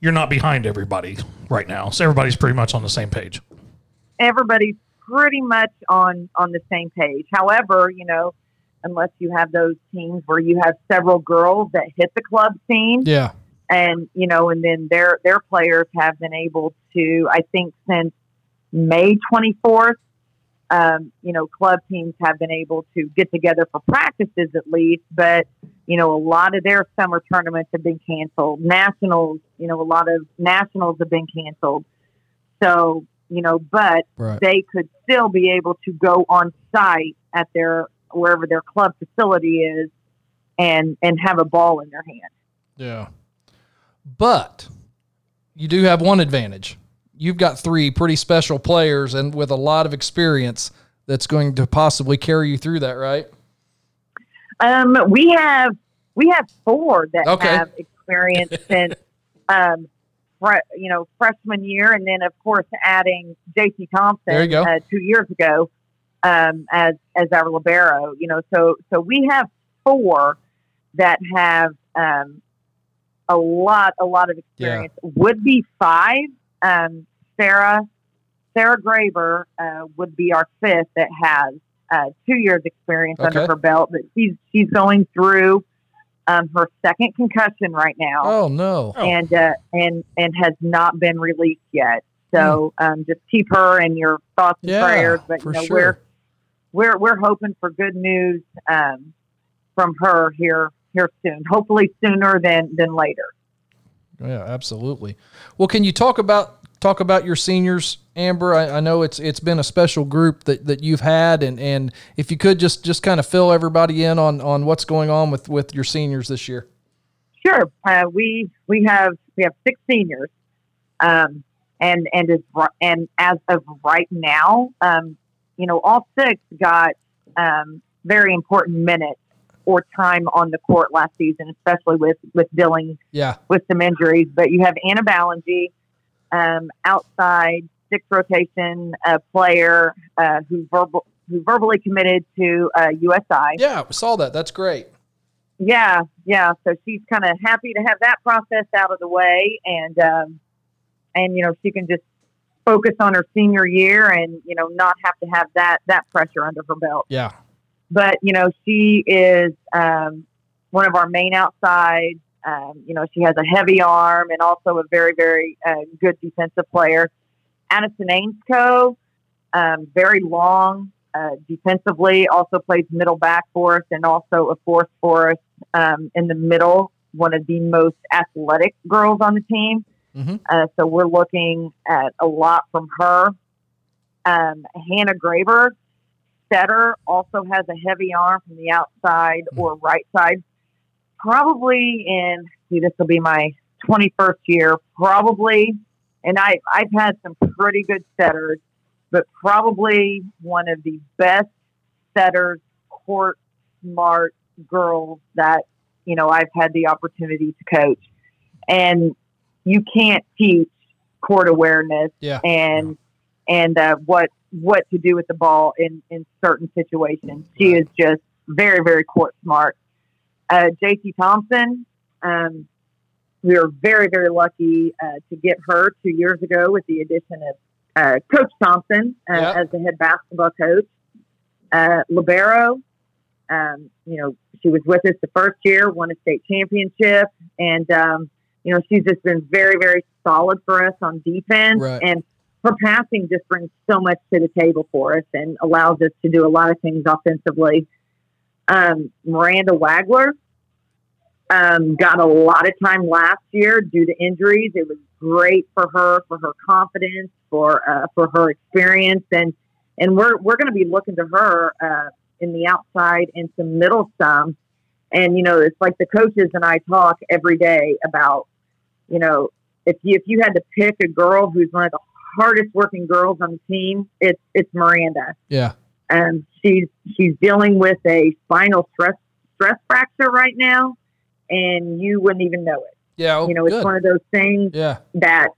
B: you're not behind everybody right now. So everybody's pretty much on the same page.
G: everybody's pretty much on on the same page. However, you know, unless you have those teams where you have several girls that hit the club scene,
A: Yeah.
G: and you know, and then their their players have been able to. I think since May twenty fourth, um, you know, club teams have been able to get together for practices at least, but you know, a lot of their summer tournaments have been canceled. Nationals, you know, a lot of nationals have been canceled. So you know, but
A: Right.
G: they could still be able to go on site at their wherever their club facility is and and have a ball in their hand.
A: Yeah. But you do have one advantage. You've got three pretty special players and with a lot of experience that's going to possibly carry you through that, right?
G: Um, we have we have four that
A: Okay.
G: have experience since um, fre- you know freshman year, and then of course adding J.C. Thompson
A: There you go.
G: Uh, two years ago um, as as our libero. You know, so so we have four that have um, a lot a lot of experience. Would be five. Um, Sarah Sarah Graber uh, would be our fifth that has uh, two years experience under
A: Okay.
G: her belt, but she's she's going through um, her second concussion right now,
A: Oh, no.
B: Oh.
G: and uh, and and has not been released yet. So um, just keep her in your thoughts and
A: Hmm. Yeah,
G: prayers. But you
A: for
G: know
A: sure.
G: we're we're we're hoping for good news um, from her here here soon. Hopefully sooner than than later.
A: Yeah, absolutely. Well, can you talk about talk about your seniors, Amber? I, I know it's it's been a special group that, that you've had, and, and if you could just just kind of fill everybody in on on what's going on with with your seniors this year.
G: Sure. Uh, we we have we have six seniors, um, and and as ri- and as of right now, um, you know, all six got um, very important minutes or time on the court last season, especially with with dealing
A: Yeah,
G: with some injuries. But you have Anna Ballingy, um, outside six rotation uh, player uh, who verbal who verbally committed to uh, USI.
A: yeah, I saw that. That's great.
G: Yeah, yeah. So she's kind of happy to have that process out of the way, and um, and you know she can just focus on her senior year, and you know not have to have that that pressure under her belt.
A: Yeah,
G: But you know she is um, one of our main outsides. Um, you know she has a heavy arm and also a very very uh, good defensive player. Addison Ainsco, um, very long uh, defensively, also plays middle back for us and also a force for us um, in the middle, one of the most athletic girls on the team.
A: Mhm.
G: Uh, so we're looking at a lot from her. Um, Hannah Graber, setter, also has a heavy arm from the outside or right side. Probably in, see, this will be my 21st year, probably. And I, I've had some pretty good setters, but probably one of the best setters, court smart, girls that you know I've had the opportunity to coach, and you can't teach court awareness
A: yeah,
G: and and uh, what what to do with the ball in in certain situations. She is just very very court smart. Uh, J.C. Thompson, um, we were very very lucky uh, to get her two years ago with the addition of uh, Coach Thompson uh,
A: Yeah.
G: as the head basketball coach. Uh, Libero, um, you know, she was with us the first year, won a state championship, and um, you know she's just been very very solid for us on defense
A: Right.
G: and her passing just brings so much to the table for us and allows us to do a lot of things offensively. Um, Miranda Wagler um, got a lot of time last year due to injuries. It was great for her, for her confidence, for uh, for her experience, and and we're we're going to be looking to her uh, in the outside and some middle some. And you know, it's like the coaches and I talk every day about, you know, if you if you had to pick a girl who's one of the hardest working girls on the team, it's it's Miranda.
A: yeah.
G: Um, she's she's dealing with a spinal stress stress fracture right now, and you wouldn't even know it.
A: Yeah. Oh,
G: you know, it's
A: good.
G: one of those things
A: Yeah.
G: that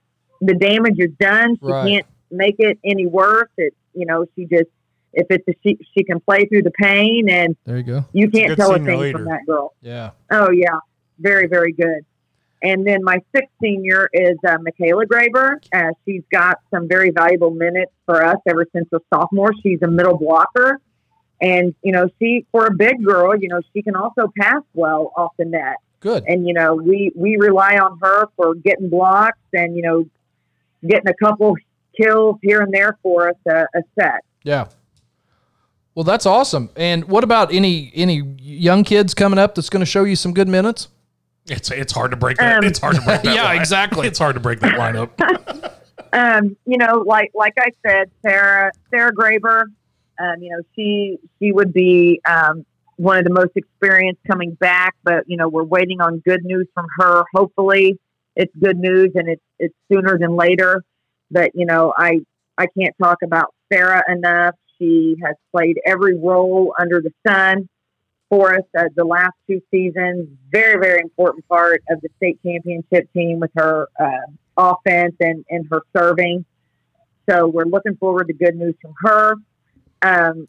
G: the damage is done. She
A: Right.
G: can't make it any worse. It, you know, she just if it's a, she she can play through the pain, and
A: There you go.
G: you
H: good
G: can't tell a
H: senior
G: thing
H: leader.
G: from that girl.
A: Yeah.
G: Oh yeah, very very good. And then my sixth senior is uh, Michaela Graber. Uh, she's got some very valuable minutes for us ever since her sophomore. She's a middle blocker, and you know she for a big girl, you know she can also pass well off the net.
A: Good.
G: And you know we we rely on her for getting blocks and you know getting a couple kills here and there for us uh, a, a set.
A: Yeah. Well, that's awesome. And what about any any young kids coming up that's going to show you some good minutes?
B: It's it's hard to break that.
G: Um,
B: it's hard to break that.
A: Yeah,
B: line.
A: exactly.
B: It's hard to break that line up.
G: um, you know, like like I said, Sarah Sarah Graber, um, you know, she she would be um, one of the most experienced coming back, but you know, we're waiting on good news from her. Hopefully, it's good news, and it's it's sooner than later. But you know, I I can't talk about Sarah enough. She has played every role under the sun for us uh, the last two seasons. Very very important part of the state championship team with her. Uh, offense and, and her serving. So we're looking forward to good news from her. Um,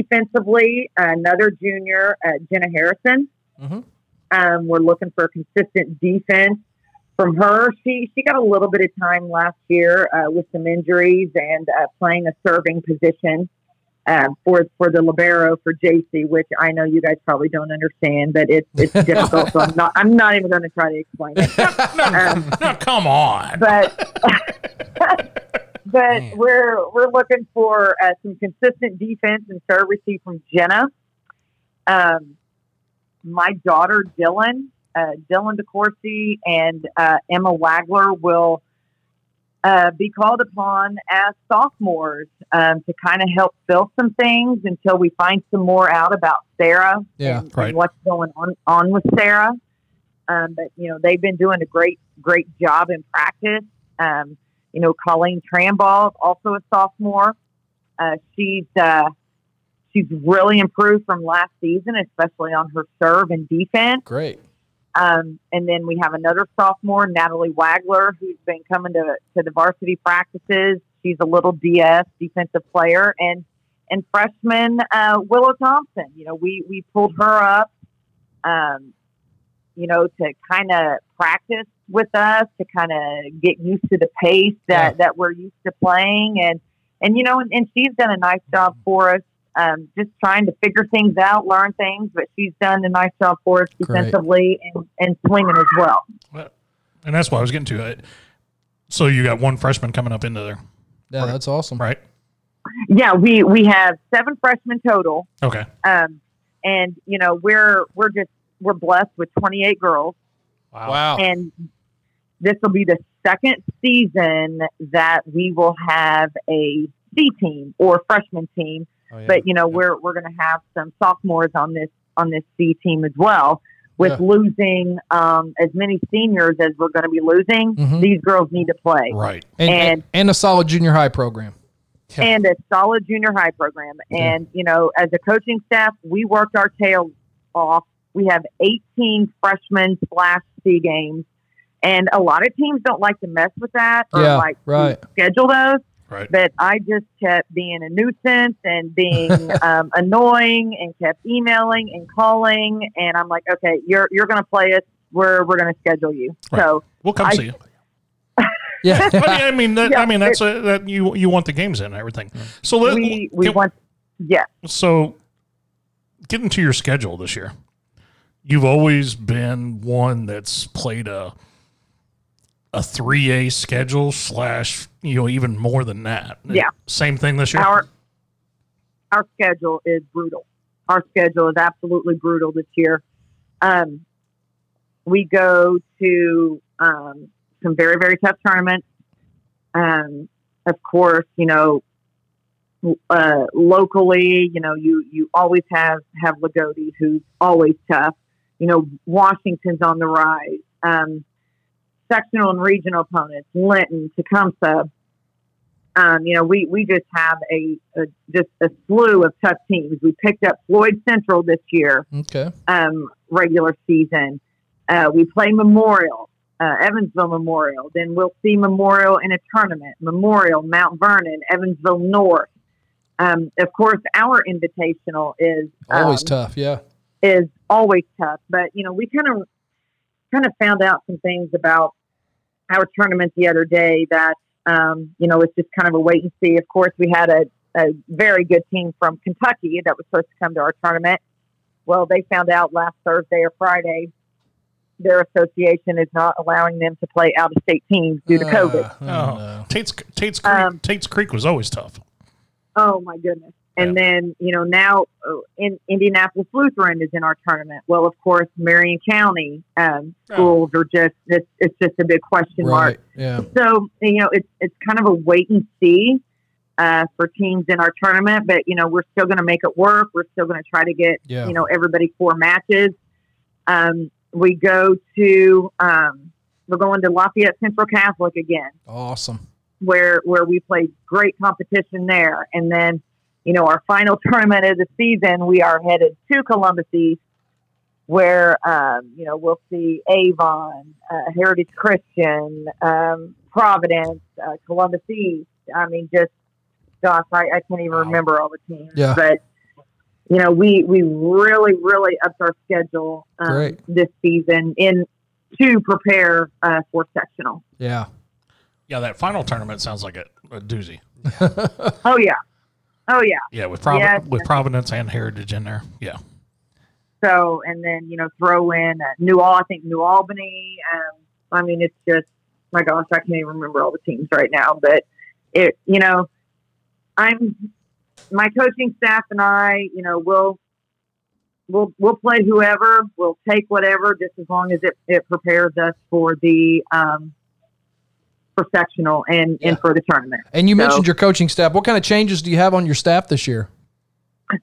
G: defensively, another junior, uh, Jenna Harrison.
B: Mm-hmm.
A: Mhm.
G: Um, we're looking for consistent defense from her. She she got a little bit of time last year uh, with some injuries and uh, playing a serving position uh, for for the libero for JC, which I know you guys probably don't understand, but it's it's difficult. So I'm not I'm not even going to try to explain it. Um,
B: no, come on.
G: but but we're we're looking for uh, some consistent defense and service from Jenna. Um, my daughter Dylan, uh, Dylan DeCourcy, and uh, Emma Wagler will uh, be called upon as sophomores um, to kind of help fill some things until we find some more out about Sarah
A: Yeah.
G: and,
B: right.
G: and what's going on on with Sarah. Um, but you know they've been doing a great great job in practice. Um, you know Colleen Tramball, also a sophomore, uh, she's uh, she's really improved from last season, especially on her serve and defense.
A: Great.
G: Um, and then we have another sophomore, Natalie Wagler, who's been coming to, to the varsity practices. She's a little DS defensive player, and and freshman uh, Willow Thompson. You know, we we pulled her up, um, you know, to kind of practice with us, to kind of get used to the pace that that we're used to playing, and and you know, and, and she's done a nice job for us. Um, just trying to figure things out, learn things, but she's done a nice job for us
A: Great.
G: defensively and, and swinging as well.
B: And that's what I was getting to. It. So you got one freshman coming up into there,
A: Yeah, that's awesome.
B: right?
G: Yeah, we we have seven freshmen total,
B: Okay.
G: um, and you know we're we're just we're blessed with 28 girls,
A: Wow.
G: and this will be the second season that we will have a C team or freshman team.
C: Oh, yeah.
G: But you know we're we're going to have some sophomores on this on this C team as well. With
A: Yeah.
G: losing um, as many seniors as we're going to be losing,
A: Mhm.
G: these girls need to play.
B: Right.
A: And, and
G: and-
A: a solid junior high program.
C: Yeah.
G: and a solid junior high program. And, you know, as a coaching staff, we worked our tails off. We have 18 freshmen slash C games. And a lot of teams don't like to mess with that or
A: Yeah,
G: like to
A: right.
G: schedule those.
B: Right.
G: But I just kept being a nuisance and being um, annoying and kept emailing and calling. And I'm like, okay, you're, you're going to play us. We're, we're going to schedule you.
B: Right.
G: So
B: We'll come
G: I-
B: see you.
A: Yeah.
B: I mean, I mean, that,
G: Yeah,
B: I mean, that's a, that you you want the games in and everything. So let,
G: we, we
B: can-
G: want, yeah.
B: so getting to your schedule this year you've always been one that's played a a 3a schedule slash you know even more than that
G: Yeah.
B: same thing this year
G: Our our schedule is brutal. Our schedule is absolutely brutal this year. Um, we go to um, some very very tough tournaments. Um, of course, you know uh, locally, you know you you always have have Lagodi, who's always tough. You know Washington's on the rise. Um, sectional and regional opponents: Linton, Tecumseh, um, you know, we, we just have a, a just a slew of tough teams. We picked up Floyd Central this year,
A: okay.
G: um, regular season. Uh, we play Memorial. uh, Evansville Memorial. Then we'll see Memorial in a tournament. Memorial, Mount Vernon, Evansville North. Um, of course, our invitational is
A: Always
G: um,
A: tough. Yeah.
G: is always tough. But you know, we kind of kind of found out some things about our tournament the other day that um, you know it's just kind of a wait and see. Of course, we had a, a very good team from Kentucky that was supposed to come to our tournament. Well, they found out last Thursday or Friday their association is not allowing them to play out of state teams due to COVID.
A: Uh, I don't
B: Oh,
A: know.
B: Tate's Tate's Creek,
G: Um,
B: Tate's Creek was always tough.
G: Oh my goodness. And then, you know, now uh, in Indianapolis Lutheran is in our tournament. Well, of course, Marion County um,
A: Oh.
G: schools are just, it's, it's just a big question mark.
A: Right. Yeah.
G: So, you know, it's, it's kind of a wait and see uh, for teams in our tournament, but, you know, we're still going to make it work. We're still going to try to get,
A: Yeah.
G: you know, everybody four matches. Um, we go to, um, we're going to Lafayette Central Catholic again
A: Awesome.
G: where where we played great competition there. And then, you know, our final tournament of the season, we are headed to Columbus East, where um, you know we'll see Avon, uh, Heritage Christian, um, Providence, uh, Columbus East. I mean, just gosh, I, I can't even remember all the teams,
A: Yeah.
G: but. You know, we, we really, really upped our schedule um,
A: Great.
G: this season in to prepare uh, for sectional.
A: Yeah.
B: Yeah, that final tournament sounds like a, a doozy.
G: Oh yeah, oh yeah.
B: Yeah, with Provi-
G: Yeah.
B: with Providence and Heritage in there. Yeah,
G: So and then you know throw in uh, New All. I think New Albany. Um, I mean it's just my gosh, I can't even remember all the teams right now. But it you know, I'm my coaching staff and I. You know we'll we'll we'll play whoever. We'll take whatever, just as long as it it prepares us for the um, for sectional and
A: Yeah.
G: and for the tournament.
A: And you
G: So-
A: mentioned your coaching staff. What kind of changes do you have on your staff this year?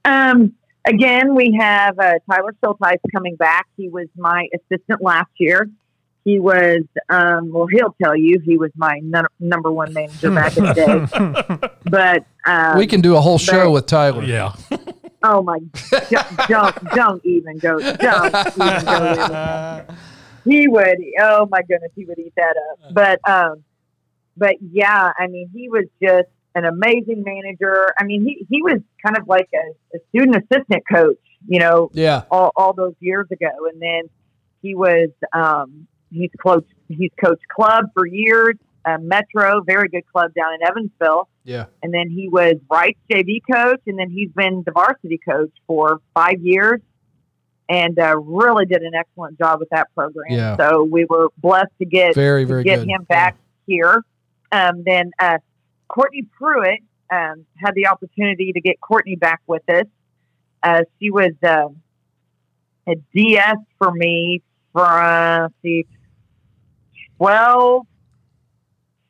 G: Um, again, we have uh, Tyler Schulteis coming back. He was my assistant last year. He was, um, well, he'll tell you, he was my nun- number one manager back in the day. But um,
A: we can do a whole show
G: but-
A: with Tyler.
B: yeah.
G: Oh my! Don't don't, don't even go. Don't even go. There. He would. Oh my goodness, he would eat that up. But um, but yeah, I mean, he was just an amazing manager. I mean, he he was kind of like a, a student assistant coach. You know,
A: Yeah.
G: all, all those years ago. And then he was um, he's coached he's coached club for years, uh, Metro, very good club down in Evansville.
A: Yeah.
G: And then he was Wright's JV coach, and then he's been the varsity coach for five years, and uh, really did an excellent job with that program.
A: Yeah.
G: So we were blessed to get
A: Very, very
G: get
A: good.
G: him back here. Um, then uh, Courtney Pruitt um, had the opportunity to get Courtney back with us. Uh, she was uh, a DS for me from the 12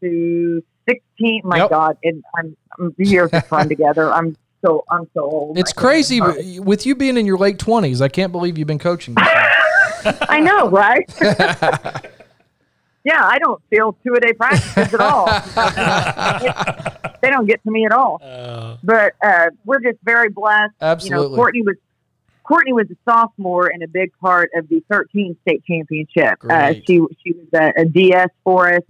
G: to 16. My
A: Yep.
G: God, and I'm, I'm years have run together. I'm so I'm so old.
A: It's
G: I can't
A: crazy
G: remember.
A: w- with you being in your late 20s. I can't believe you've been coaching. this long.
G: I know, right? yeah, I don't feel two a day practices at all. they don't get to me at all. but uh, we're just very blessed. You
A: Oh. Absolutely.
G: know, Courtney was Courtney was a sophomore and a big part of the 13 state championship. Uh,
A: Great.
G: she she was a, a DS for us.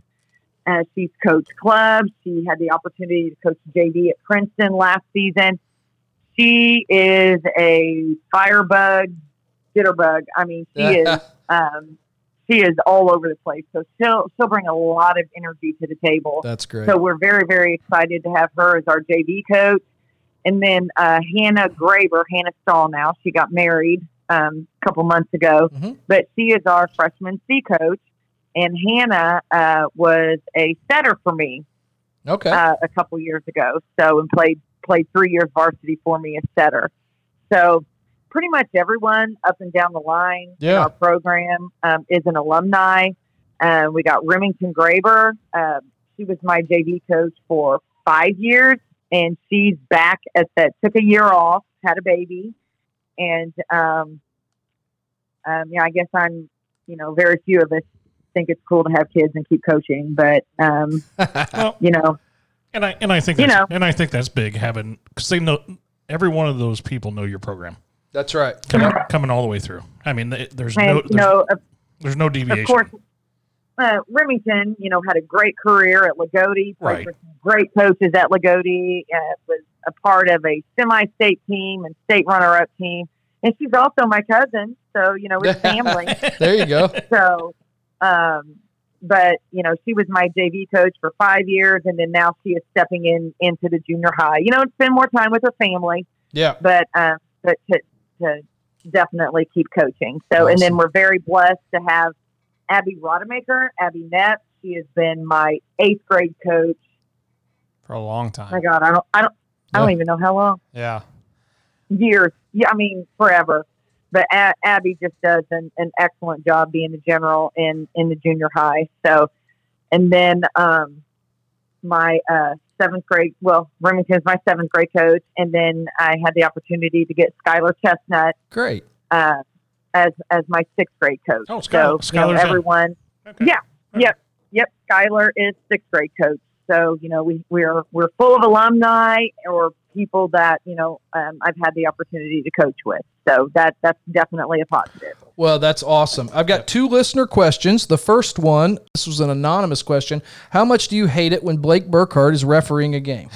G: Uh, she's coached clubs. She had the opportunity to coach JV at Princeton last season. She is a firebug, jitterbug. I mean, she is um, she is all over the place. So she'll she'll bring a lot of energy to the table.
A: That's great.
G: So we're very very excited to have her as our JV coach, and then uh, Hannah Graber, Hannah Stahl. Now she got married um, a couple months ago,
A: Mhm.
G: but she is our freshman C coach. And Hannah uh, was a setter for me
A: Okay.
G: uh, a couple years ago. So and played played three years varsity for me as setter. So pretty much everyone up and down the line in
A: Yeah.
G: our program um, is an alumni. Um, we got Remington Graber. Um, she was my JV coach for five years, and she's back at that. Took a year off, had a baby, and um, um, yeah, I guess I'm. You know, very few of us think it's cool to have kids and keep coaching, but um,
B: Well,
G: you know,
B: and I and I think
G: You
B: that's,
G: know.
B: and I think that's big having because they know every one of those people know your program
A: That's right.
B: coming coming all the way through. I mean, th- there's no
G: And,
B: there's,
G: you know, of,
B: there's no
G: of
B: deviation.
G: course, uh, Remington, you know, had a great career at Lagodi. played
B: Right.
G: for some Great coaches at Lagodi. Uh, was a part of a semi-state team and state runner-up team. And she's also my cousin, so you know it's family.
A: There you go.
G: so, um, but you know, she was my JV coach for five years, and then now she is stepping in into the junior high. You know, and spend more time with her family
A: Yeah.
G: but um, but to, to definitely keep coaching. So, and then
A: Awesome.
G: we're very blessed to have Abby Rodemaker, Abby Knapp. She has been my eighth grade coach.
C: for a long time.
G: My God, I don't, I don't, I don't even know how long
C: Yeah.
G: years. Yeah, I mean forever. But A- Abby just does an, an excellent job being a general in in the junior high. So, and then um, my uh, seventh grade. Well, Remington's my seventh grade coach, and then I had the opportunity to get Skylar Chestnut
A: Great.
G: uh, as as my sixth grade coach.
B: Oh,
G: so
B: Skylar-
G: you know,
B: Skylar's in.
G: everyone.
B: Okay.
G: Yeah. Yep. Yep. Skylar is sixth grade coach. So you know we we're we're full of alumni or people that you know um, I've had the opportunity to coach with. So that that's definitely a positive.
A: Well, that's awesome. I've got two listener questions. The first one, this was an anonymous question. How much do you hate it when Blake Burkhardt is refereeing a game?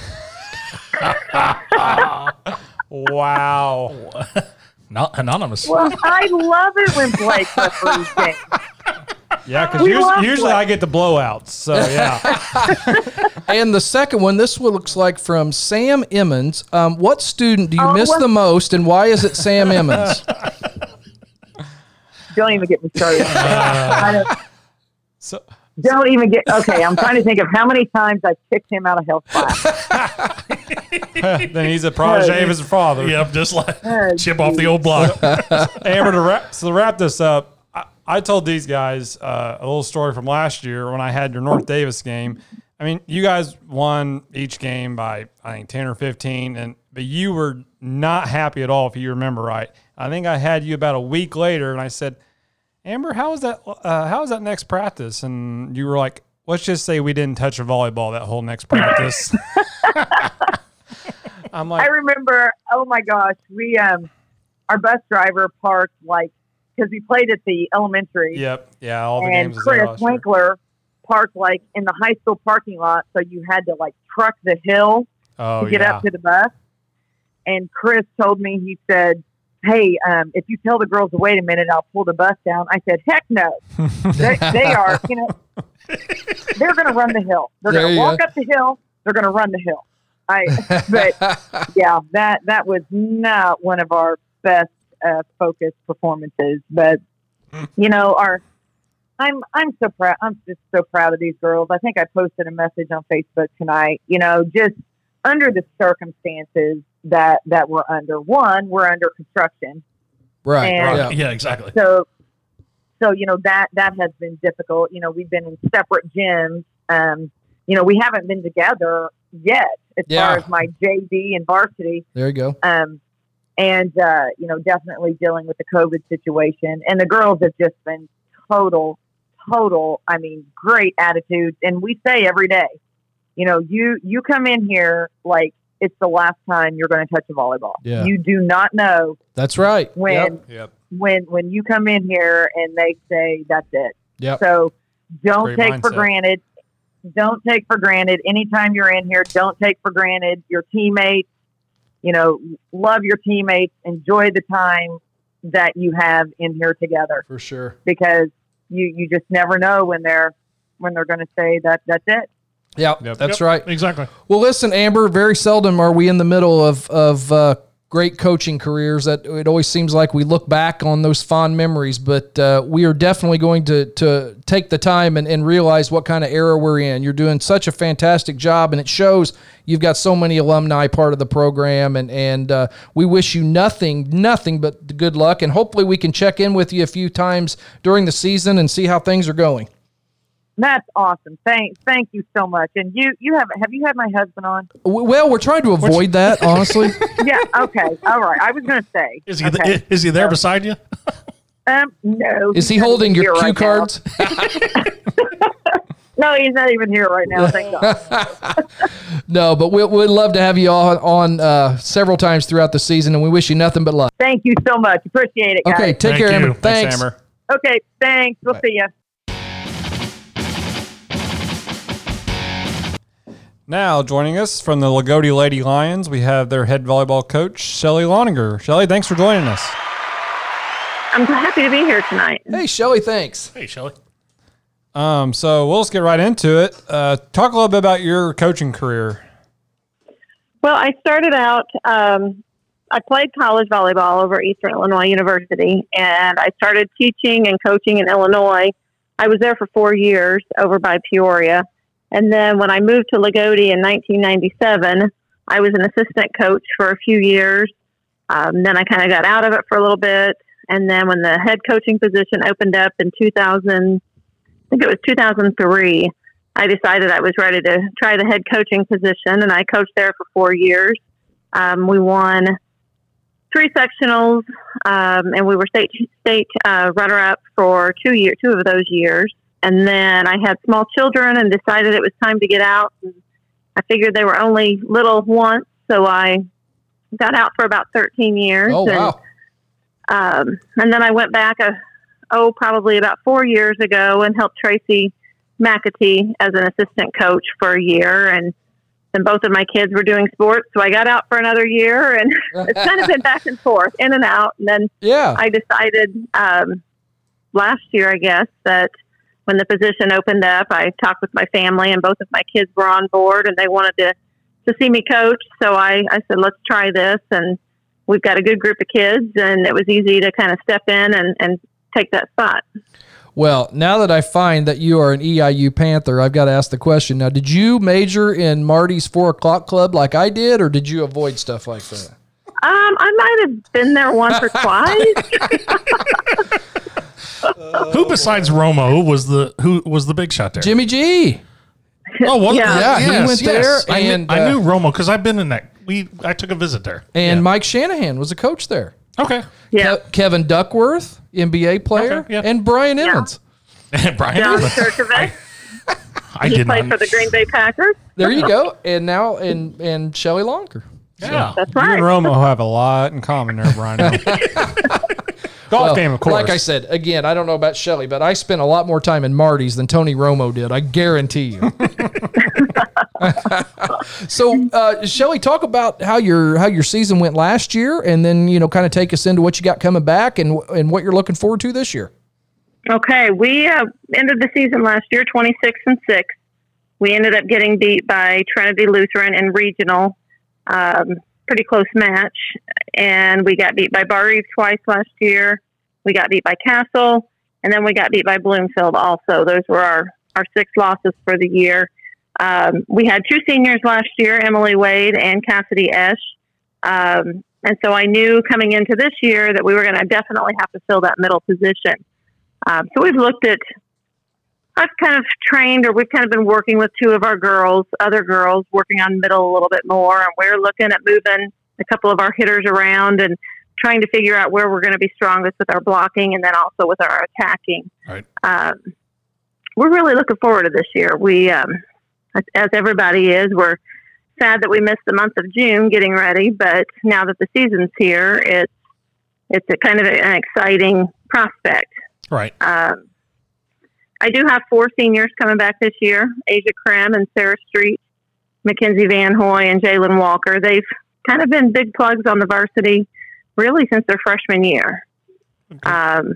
C: Wow.
B: Not anonymous.
G: Well, I love it when Blake referees games.
C: Yeah, because
G: We
C: usually,
G: love Blake.
C: I get the blowouts. So yeah.
A: And the second one, this one looks like from Sam Emmons. Um, what student do you
G: Oh,
A: miss
G: what-
A: the most, and why is it Sam Emmons?
G: Don't even get me started. I don't,
C: so
G: don't even get okay. I'm trying to think of how many times I kicked him out of health class.
C: then he's a protege of his father.
B: Yep, just like
G: Oh,
B: chip off the old block.
C: Amber, to wrap, so to wrap this up, I, I told these guys uh, a little story from last year when I had your North Davis game. I mean, you guys won each game by I think ten or fifteen, and but you were not happy at all, if you remember right. I think I had you about a week later, and I said, "Amber, how was that? Uh, how was that next practice?" And you were like, "Let's just say we didn't touch a volleyball that whole next practice." I'm
G: I
C: like,
G: remember. Oh my gosh, we um, our bus driver parked like because we played at the elementary,
C: "Yep, yeah, all the
G: and
C: games." was there
G: Chris
C: last year.
G: Winkler parked like in the high school parking lot, so you had to like truck the hill
C: Oh
G: to get
C: yeah.
G: up to the bus. And Chris told me he said, "Hey, um, if you tell the girls to wait a minute, I'll pull the bus down." I said, "Heck no! they, they are, you know, they're going to run the hill. They're
A: There
G: going
A: you
G: to walk up the hill. They're going to run the hill." I, but yeah, that that was not one of our best uh, focused performances. But you know, our I'm I'm so proud. I'm just so proud of these girls. I think I posted a message on Facebook tonight. You know, just under the circumstances that that we're under. One, we're under construction,
A: right.
G: And-
A: Yeah.
B: Right. Yeah, exactly.
G: so so you know that that has been difficult. You know, we've been in separate gyms. Um, you know, we haven't been together yet as
A: Yeah.
G: far as my JV and varsity
A: There you go.
G: um, and uh, you know definitely dealing with the covid situation and the girls have just been total total i mean great attitudes and we say every day you know you you come in here like it's the last time you're going to touch a volleyball
A: Yeah.
G: you do not know
A: That's right.
G: when
A: Yep.
C: Yep.
G: when when you come in here and they say that's it
A: Yep.
G: so don't
C: Great
G: take for
C: mindset.
G: granted. Don't take for granted. Anytime you're in here, don't take for granted your teammates. You know, love your teammates. Enjoy the time that you have in here together
A: For sure.
G: because you you just never know when they're when they're going to say that that's it.
A: Yeah.
C: Yep.
A: That's
B: Yep,
A: right.
B: Exactly.
A: Well, listen, Amber. Very seldom are we in the middle of of uh, great coaching careers. That it always seems like we look back on those fond memories, but uh, we are definitely going to to take the time and, and realize what kind of era we're in. You're doing such a fantastic job, and it shows. You've got so many alumni part of the program, and and uh, we wish you nothing, nothing but the good luck, and hopefully we can check in with you a few times during the season and see how things are going.
G: That's awesome. Thank thank you so much. And you you have have you had my husband on?
A: W- Well, we're trying to avoid that, honestly.
G: yeah. Okay. All right. I was going to say.
B: Is he
G: okay.
B: th- is he there beside you?
G: um, no.
A: Is he
G: he's not
A: holding
G: even
A: your
G: here
A: cue
G: right now.
A: cards?
G: No, he's not even here right now. Thank God.
A: No, but we, we'd love to have you all on uh, several times throughout the season, and we wish you nothing but luck.
G: Thank you so much. Appreciate it, guys.
A: Okay,
G: Okay,
A: take
B: Thank
A: care,
B: you.
A: Amber.
B: Thanks,
A: Thanks.
C: Amber.
G: thanks. We'll see you.
C: Now joining us from the Lagodi Lady Lions, we have their head volleyball coach, Shelly Loninger. Shelly, thanks for joining us.
G: I'm happy to be here tonight.
A: Hey, Shelly, thanks.
B: Hey, Shelly.
C: Um, so we'll just get right into it. Uh, talk a little bit about your coaching career.
G: Well, I started out, um, I played college volleyball over Eastern Illinois University, and I started teaching and coaching in Illinois. I was there for four years over by Peoria. And then when I moved to Lagodi in 1997, I was an assistant coach for a few years. Um, then I kind of got out of it for a little bit. And then when the head coaching position opened up in 2000, I think it was 2003, I decided I was ready to try the head coaching position, and I coached there for four years. Um, we won three sectionals, um, and we were state state uh, runner up for two year two of those years. And then I had small children, and decided it was time to get out. And I figured they were only little once, so I got out for about 13 years.
A: Oh,
G: and,
A: wow.
G: um, and then I went back, uh, oh, probably about four years ago, and helped Tracy McAtee as an assistant coach for a year. And then both of my kids were doing sports, so I got out for another year, and it's kind of been back and forth, in and out. And then
A: Yeah.
G: I decided um, last year, I guess, that when the position opened up, I talked with my family, and both of my kids were on board, and they wanted to to see me coach. So I, I said, let's try this, and we've got a good group of kids, and it was easy to kind of step in and, and take that spot.
A: Well, now that I find that you are an EIU Panther, I've got to ask the question. Now, did you major in Marty's four o'clock club like I did, or did you avoid stuff like that?
G: Um, I might have been there once or twice.
B: who besides Romo was the who was the big shot there?
A: Jimmy G.
B: Oh, was it?
A: Yeah,
G: Yeah.
A: he went there
B: I knew-
A: and,
B: I
A: uh,
B: knew, Romo because I've been in that. We I took a visit there.
A: And Mike Shanahan was a coach there.
B: Yeah. okay,
G: Yeah.
A: Ke- Kevin Duckworth, NBA player,
B: Okay, yeah.
A: and Brian Evans.
B: Brian.
G: John
B: Evans.
G: Turkovic.
B: I
G: He
B: did
G: played for
B: not.
G: the Green Bay Packers.
A: There you go. And now and and Shelly Lonker.
B: Yeah.
G: That's
C: You and
G: right.
C: Romo have a lot in common there, Brian. Golf
A: Well,
C: game, of course.
A: Like I said, again, I don't know about Shelly, but I spent a lot more time in Marty's than Tony Romo did. I guarantee you. so, uh, Shelly, talk about how your how your season went last year, and then you know, kind of take us into what you got coming back and and what you're looking forward to this year.
G: Okay, we uh, ended the season last year 26 and 6. We ended up getting beat by Trinity Lutheran in regional, um, pretty close match. And we got beat by Bar Eve twice last year. We got beat by Castle, and then we got beat by Bloomfield also. Those were our, our six losses for the year. Um, we had two seniors last year, Emily Wade and Cassidy Esch. Um, and so I knew coming into this year that we were going to definitely have to fill that middle position. Um, so we've looked at, I've kind of trained or we've kind of been working with two of our girls, other girls, working on middle a little bit more. And we're looking at moving a couple of our hitters around and trying to figure out where we're going to be strongest with our blocking and then also with our attacking.
B: Right.
G: Um, we're really looking forward to this year. We, um, as, as everybody is, we're sad that we missed the month of June getting ready, but now that the season's here, it's it's a kind of an exciting prospect.
B: Right.
G: Um, I do have four seniors coming back this year: Asia Krim and Sarah Street, Mackenzie Van Hoy, and Jalen Walker. They've kind of been big plugs on the varsity really since their freshman year. Um,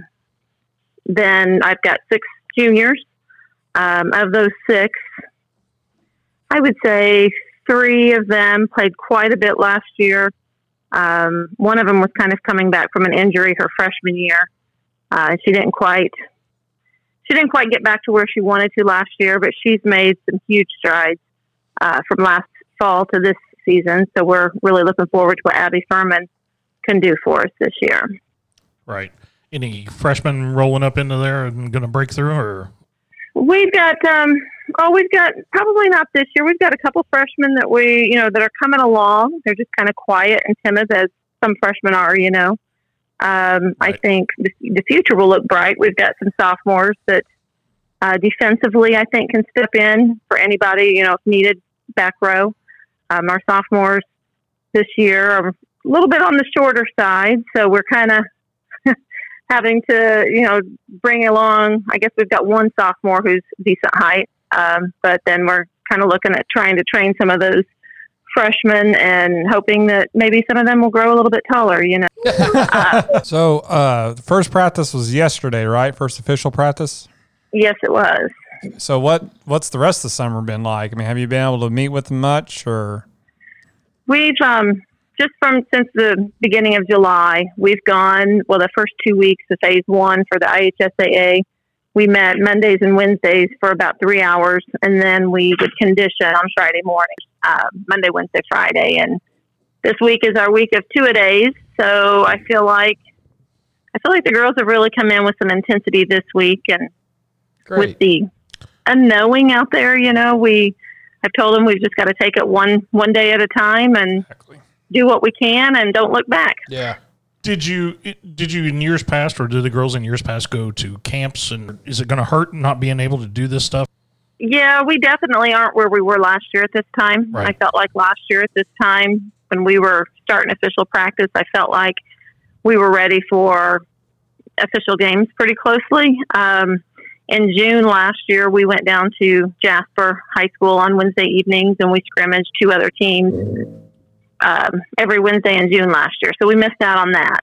G: then I've got six juniors. Um, of those six, I would say three of them played quite a bit last year. Um, one of them was kind of coming back from an injury her freshman year. Uh, she didn't quite she didn't quite get back to where she wanted to last year, but she's made some huge strides uh, from last fall to this season. So we're really looking forward to what Abby Furman can do for us this year.
B: Right. Any freshmen rolling up into there and going to break through, or
G: We've got um oh we've got probably not this year. We've got a couple freshmen that we you know that are coming along. They're just kind of quiet and timid as some freshmen are, you know. Um, I
B: Right.
G: think the, the future will look bright. We've got some sophomores that uh, defensively I think can step in for anybody you know if needed back row. Um, our sophomores this year are a little bit on the shorter side, so we're kind of having to you know bring along. I guess we've got one sophomore who's decent height, um, but then we're kind of looking at trying to train some of those freshmen and hoping that maybe some of them will grow a little bit taller, you know.
C: So, uh, the first practice was yesterday, right? First official practice.
G: Yes, it was.
C: So, what what's the rest of the summer been like? I mean, have you been able to meet with them much, or
G: We've um, just from since the beginning of July, we've gone, well, the first two weeks of phase one for the IHSAA, we met Mondays and Wednesdays for about three hours, and then we would condition on Friday morning, uh, Monday, Wednesday, Friday. And this week is our week of two a days, so I feel like. I feel like the girls have really come in with some intensity this week, and with
A: Great.
G: the unknowing out there. You know, we I've told them we've just got to take it one one day at a time and do what we can and don't look back.
A: Yeah.
B: Did you did you in years past, or did the girls in years past go to camps? And is it going to hurt not being able to do this stuff?
G: Yeah, we definitely aren't where we were last year at this time.
B: Right.
G: I felt like last year at this time when we were starting official practice, I felt like we were ready for official games pretty closely. Um, in June last year, we went down to Jasper High School on Wednesday evenings and we scrimmaged two other teams um, every Wednesday in June last year. So we missed out on that.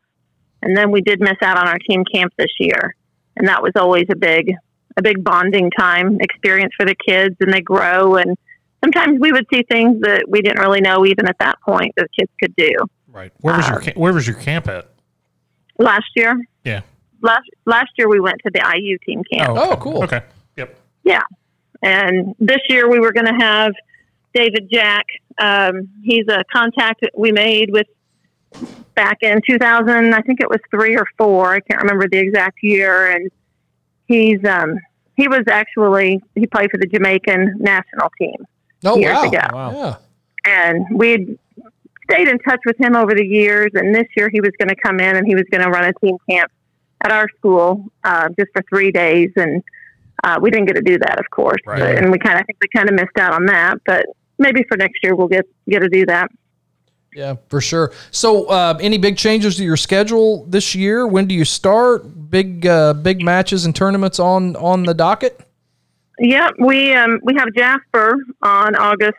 G: And then we did miss out on our team camp this year. And that was always a big a big bonding time experience for the kids and they grow and sometimes we would see things that we didn't really know even at that point that kids could do
B: Right. Where was your
G: Um,
B: ca- Where was your camp at?
G: last year
B: Yeah.
G: last last year we went to the iu team camp
A: Oh, cool.
B: Okay. Yep.
G: and this year we were going to have David Jack. Um, he's a contact that we made with back in 2000. I think it was three or four. I can't remember the exact year. And he's um, he was actually he played for the Jamaican national team
A: No,
G: years
A: Oh, wow.
G: ago
C: wow,
A: Yeah.
G: and we had stayed in touch with him over the years. And this year, he was going to come in and he was going to run a team camp at our school uh, just for three days. And uh, we didn't get to do that, of course.
B: Right.
G: But, and we kind of think we kind of missed out on that. But maybe for next year, we'll get get to do that.
A: Yeah, for sure. So, uh, any big changes to your schedule this year? When do you start? Big, uh, big matches and tournaments on on the docket.
G: Yeah, we um, we have Jasper on August.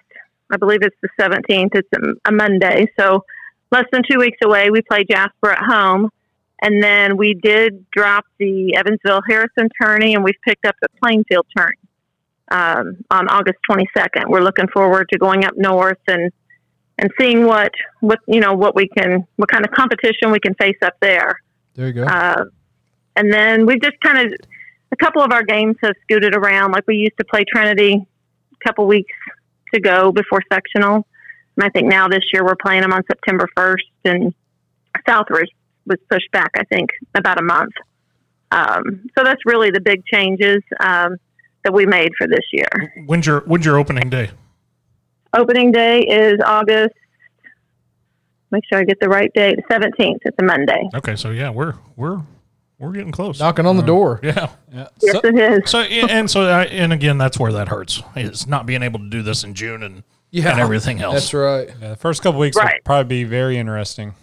G: I believe it's the seventeenth. It's a, a Monday, so less than two weeks away. We play Jasper at home, and then we did drop the Evansville Harrison tourney, and we've picked up the Plainfield tourney um, on August twenty second. We're looking forward to going up north and and seeing what what you know what we can what kind of competition we can face up there.
A: There you go.
G: Uh, and then we've just kind of a couple of our games have scooted around. Like we used to play Trinity a couple weeks to go before sectional, and I think now this year we're playing them on September first. And Southridge was pushed back, I think, about a month. Um, so that's really the big changes um, that we made for this year.
B: When's your When's your opening day?
G: Opening day is August. Make sure I get the right date. Seventeenth. It's a Monday.
B: Okay. So yeah, we're we're we're getting close.
A: Knocking
C: Mm-hmm.
A: on the door.
B: Yeah.
G: Yes, it is.
B: So yeah, and so I, and again, that's where that hurts is not being able to do this in June and
A: Yeah,
B: and everything else.
A: That's right.
C: yeah, the first couple weeks will
G: Right.
C: probably be very interesting.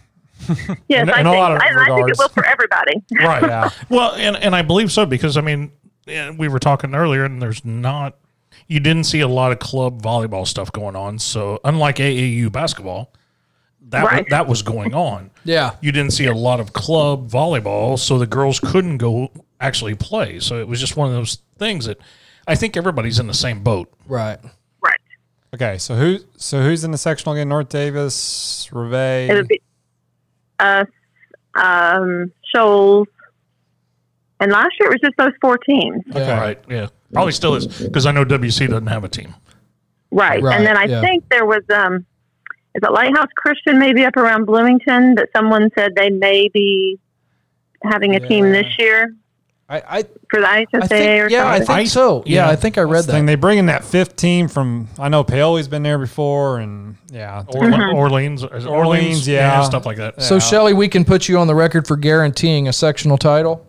G: Yes,
C: In-
G: I,
C: in a
G: think,
C: lot of
G: I, I think it
C: regards.
G: will for everybody.
B: right.
C: Yeah.
B: Well, and and I believe so because I mean, and we were talking earlier, and there's not you didn't see a lot of club volleyball stuff going on. So unlike AAU basketball, that
G: Right.
B: that was going on.
A: Yeah.
B: You didn't see a lot of club volleyball, so the girls couldn't go actually play. So it was just one of those things that I think everybody's in the same boat.
A: Right.
G: Right.
C: Okay, so who so who's in the sectional again? North Davis,
G: It would
C: Reve.
G: be us, um, Shoals, and last year it was just those four teams.
A: Yeah.
B: Right. Yeah. Probably still is because I know WC doesn't have a team.
G: Right.
A: Right,
G: And then I
A: yeah.
G: think there was, um, is it Lighthouse Christian maybe up around Bloomington that someone said they may be having a team
C: Yeah.
G: this year
A: I, I,
G: for the IHSAA
A: I
G: or
A: think, yeah, I
G: something?
A: think so. Yeah,
C: Yeah.
A: I think I read
C: Thing
A: that.
C: they bring in that fifth team from I know Paley's been there before, and yeah,
B: Orle- Orleans, Orleans,
C: Orleans, yeah.
B: stuff like that.
A: So,
C: Yeah.
A: Shelly, we can put you on the record for guaranteeing a sectional title.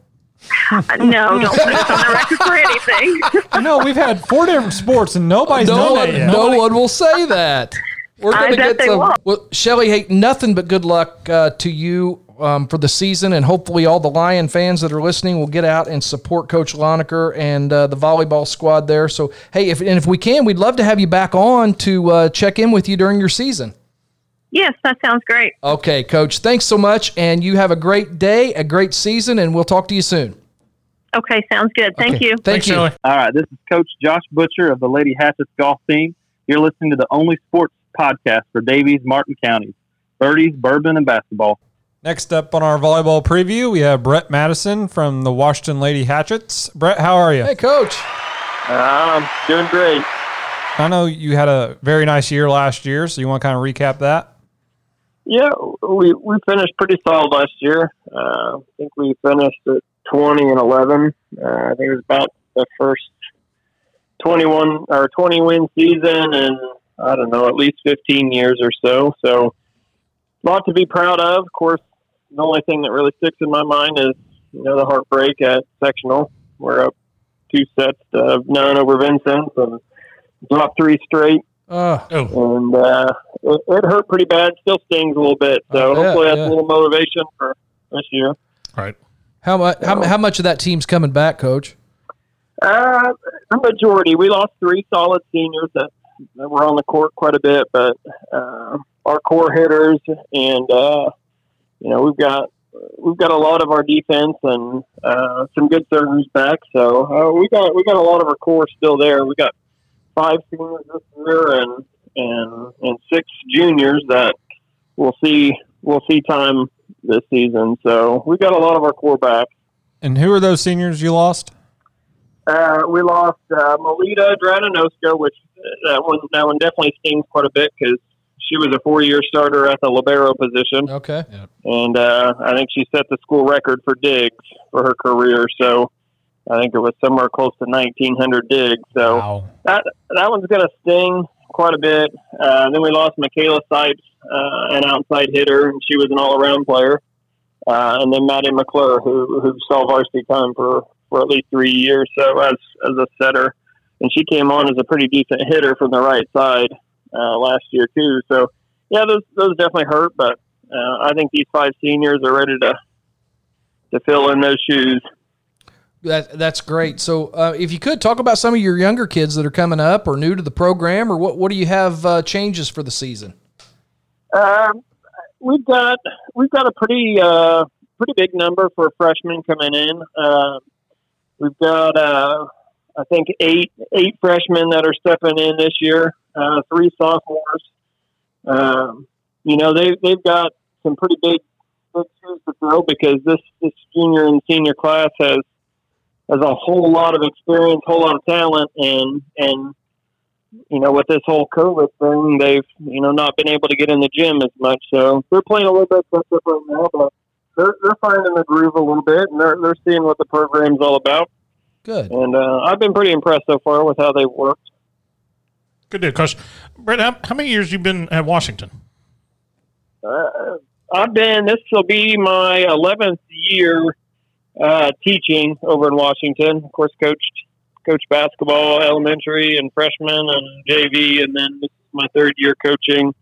G: Uh, no, don't put us on the record for anything.
C: I know we've had four different sports and nobody's
A: no
C: done
A: one,
C: it yet.
A: no one will say that. We're
G: I
A: going to
G: bet
A: get
G: they
A: some.
G: won't.
A: Well, Shelly, hey, nothing but good luck uh, to you um, for the season, and hopefully all the Lion fans that are listening will get out and support Coach Lonaker and uh, the volleyball squad there. So hey, if and if we can, we'd love to have you back on to uh, check in with you during your season.
H: Yes, that sounds great.
A: Okay, Coach. Thanks so much, and you have a great day, a great season, and we'll talk to you soon.
H: Okay, sounds good. Thank
A: Okay.
H: you.
A: Thank
B: Thanks,
A: you.
B: Shelley.
F: All right, this is Coach Josh Butcher of the Lady Hatchets Golf Team. You're listening to the only sports podcast for Davies Martin County, birdies, bourbon, and basketball.
C: Next up on our volleyball preview, we have Brett Madison from the Washington Lady Hatchets. Brett, how are you?
A: Hey, Coach.
F: Uh, I'm doing great.
C: I know you had a very nice year last year, so you want to kind of recap that?
F: Yeah, we we finished pretty solid last year. Uh, I think we finished at twenty and eleven. Uh, I think it was about the first twenty one or twenty win season, and I don't know, at least fifteen years or so. So, a lot to be proud of. Of course, the only thing that really sticks in my mind is you know the heartbreak at sectional. We're up two sets of none over Vincent and dropped three straight
A: Uh,
B: Oh,
F: and uh, it, it hurt pretty bad. Still stings a little bit, so
A: I bet,
F: hopefully that's
A: yeah.
F: a little motivation for this year.
B: all right.
A: how much? How, how much of that team's coming back, Coach?
F: Uh, a majority. We lost three solid seniors that, that were on the court quite a bit, but uh, our core hitters, and uh, you know we've got we've got a lot of our defense and uh, some good servers back. So uh, we got we got a lot of our core still there. We got five seniors this year and and and six juniors that we'll see we'll see time this season. So we got a lot of our core back.
C: And who are those seniors you lost?
F: Uh, we lost uh, Melita Dranonosko, which uh, that one that one definitely stings quite a bit because she was a four-year starter at the libero position,
A: Okay.
F: and uh, I think she set the school record for digs for her career. So I think it was somewhere close to 1,900 digs. So
C: Wow.
F: that that one's going to sting quite a bit. Uh, then we lost Michaela Sipes, uh, an outside hitter, and she was an all-around player. Uh, and then Maddie McClure, who who saw varsity time for, for at least three years, so as as a setter, and she came on as a pretty decent hitter from the right side uh, last year too. So yeah, those those definitely hurt, but uh, I think these five seniors are ready to to fill in those shoes.
A: That that's great. So, uh, if you could talk about some of your younger kids that are coming up or new to the program, or what what do you have uh, changes for the season?
F: Um, we've got we've got a pretty uh, pretty big number for freshmen coming in. Uh, we've got uh, I think eight eight freshmen that are stepping in this year. Uh, three sophomores. Um, you know they they've got some pretty big big shoes to fill because this this junior and senior class has has a whole lot of experience, whole lot of talent, and and you know, with this whole COVID thing, they've you know not been able to get in the gym as much. So they're playing a little bit different right now, but they're they're finding the groove a little bit, and they're they're seeing what the program's all about.
A: Good.
F: And uh, I've been pretty impressed so far with how they've worked.
B: Good deal, Coach. Brett, how, how many years you been at Washington?
F: Uh, I've been this will be my eleventh year uh, teaching over in Washington. Of course, coached coached basketball, elementary, and freshman and JV, and then this is my third year coaching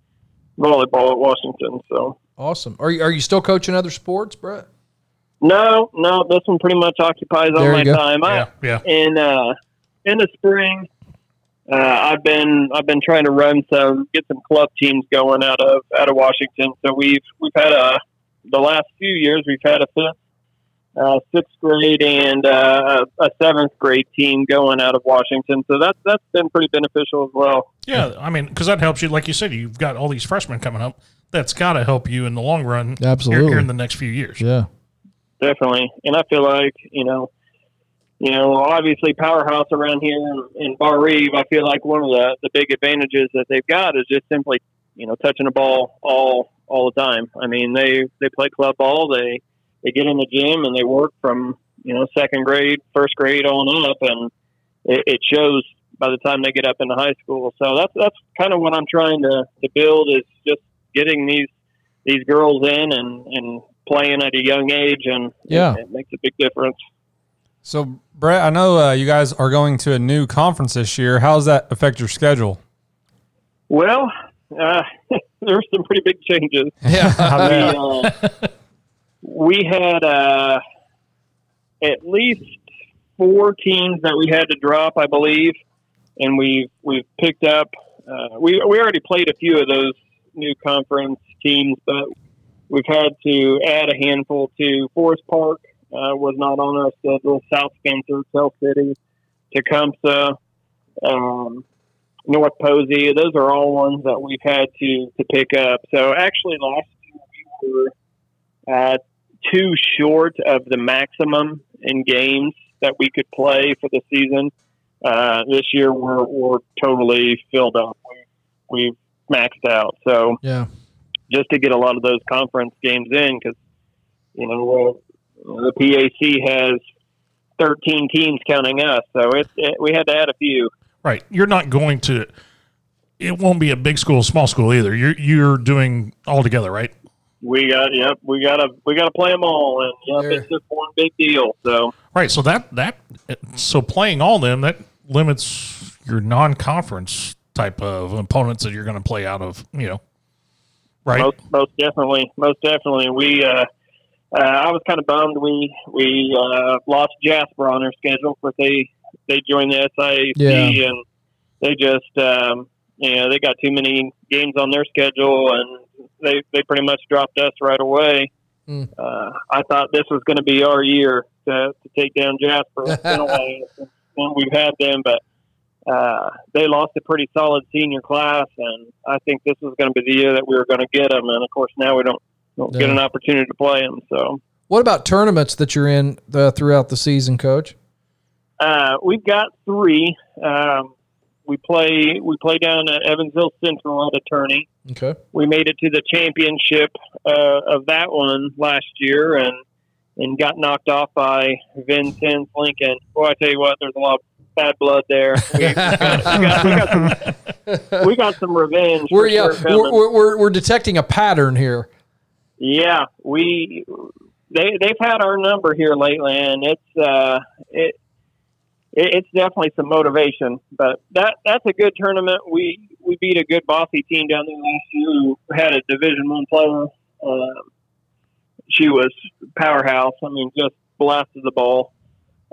F: volleyball at Washington. So.
A: Awesome. Are you are you still coaching other sports, Brett?
F: No, no, this one pretty much occupies all
A: There you
F: my
A: go.
F: time. I,
B: yeah, yeah.
F: in uh, in the spring, uh, I've been I've been trying to run some get some club teams going out of out of Washington. So we've we've had a the last few years we've had a fifth, uh, sixth grade and uh, a seventh grade team going out of Washington. So that's that's been pretty beneficial as well.
B: Yeah, I mean, because that helps you. Like you said, you've got all these freshmen coming up. That's got to help you in the long run. here-
A: Absolutely.
B: Here in the next few years.
A: Yeah.
F: definitely. And I feel like you know, you know, obviously powerhouse around here in, in Bar Reeve. I feel like one of the the big advantages that they've got is just simply you know touching the ball all all the time. I mean, they they play club ball. They they get in the gym and they work from you know second grade, first grade on up, and it, it shows by the time they get up into high school. So that's that's kind of what I'm trying to to build is just getting these these girls in and and playing at a young age and
A: Yeah.
F: it, it makes a big difference.
C: So, Brett, I know uh, you guys are going to a new conference this year. How does that affect your schedule?
F: Well, uh, there's some pretty big changes.
A: Yeah.
F: We, uh, we had uh, at least four teams that we had to drop, I believe, and we've we've picked up. Uh, we we already played a few of those new conference teams, but we've had to add a handful to Forest Park uh, was not on our schedule. South Spencer, Tell City, Tecumseh, um, North Posey. Those are all ones that we've had to to pick up. So actually, last year we were uh, too short of the maximum in games that we could play for the season. Uh, this year we're, we're totally filled up. We, we've maxed out. So
A: Yeah.
F: just to get a lot of those conference games in because you know well, the PAC has 13 teams counting us, so it, it we had to add a few.
B: Right. You're not going to. It won't be a big school, small school either. You're you're doing all together, right?
F: We got yep, we gotta we gotta play them all, and yep,
A: Yeah.
F: it's just one big deal. So
B: Right. So that that so playing all them that limits your non-conference type of opponents that you're going to play out of. You know. Right.
F: most most definitely, most definitely, we. Uh, uh, I was kind of bummed we we uh, lost Jasper on their schedule, but they they joined the SIAC
A: Yeah.
F: and they just um, you know they got too many games on their schedule and they they pretty much dropped us right away.
A: Hmm.
F: Uh, I thought this was going to be our year to, to take down Jasper. It's been a while since we've had them, but uh, they lost a pretty solid senior class, and I think this was going to be the year that we were going to get them. And of course, now we don't, don't get
A: Yeah.
F: an opportunity to play them. So
A: What about tournaments that you're in uh, throughout the season, Coach?
F: uh, we've got three. Um, we play we play down at Evansville Central at a tourney.
A: Okay.
F: we made it to the championship uh, of that one last year and and got knocked off by Vincennes Lincoln. Well, I tell you what, there's a lot of bad blood there. We, we got, we, got, we, got some, we got some revenge.
A: We're,
F: for
A: yeah,
F: sure coming.
A: we're, we're, we're, we're detecting a pattern here.
F: yeah, we they they've had our number here lately, and it's uh it. it- It's definitely some motivation, but that that's a good tournament. We we beat a good bossy team down there last year who had a Division One player. Um, she was powerhouse. I mean, just blasted the ball.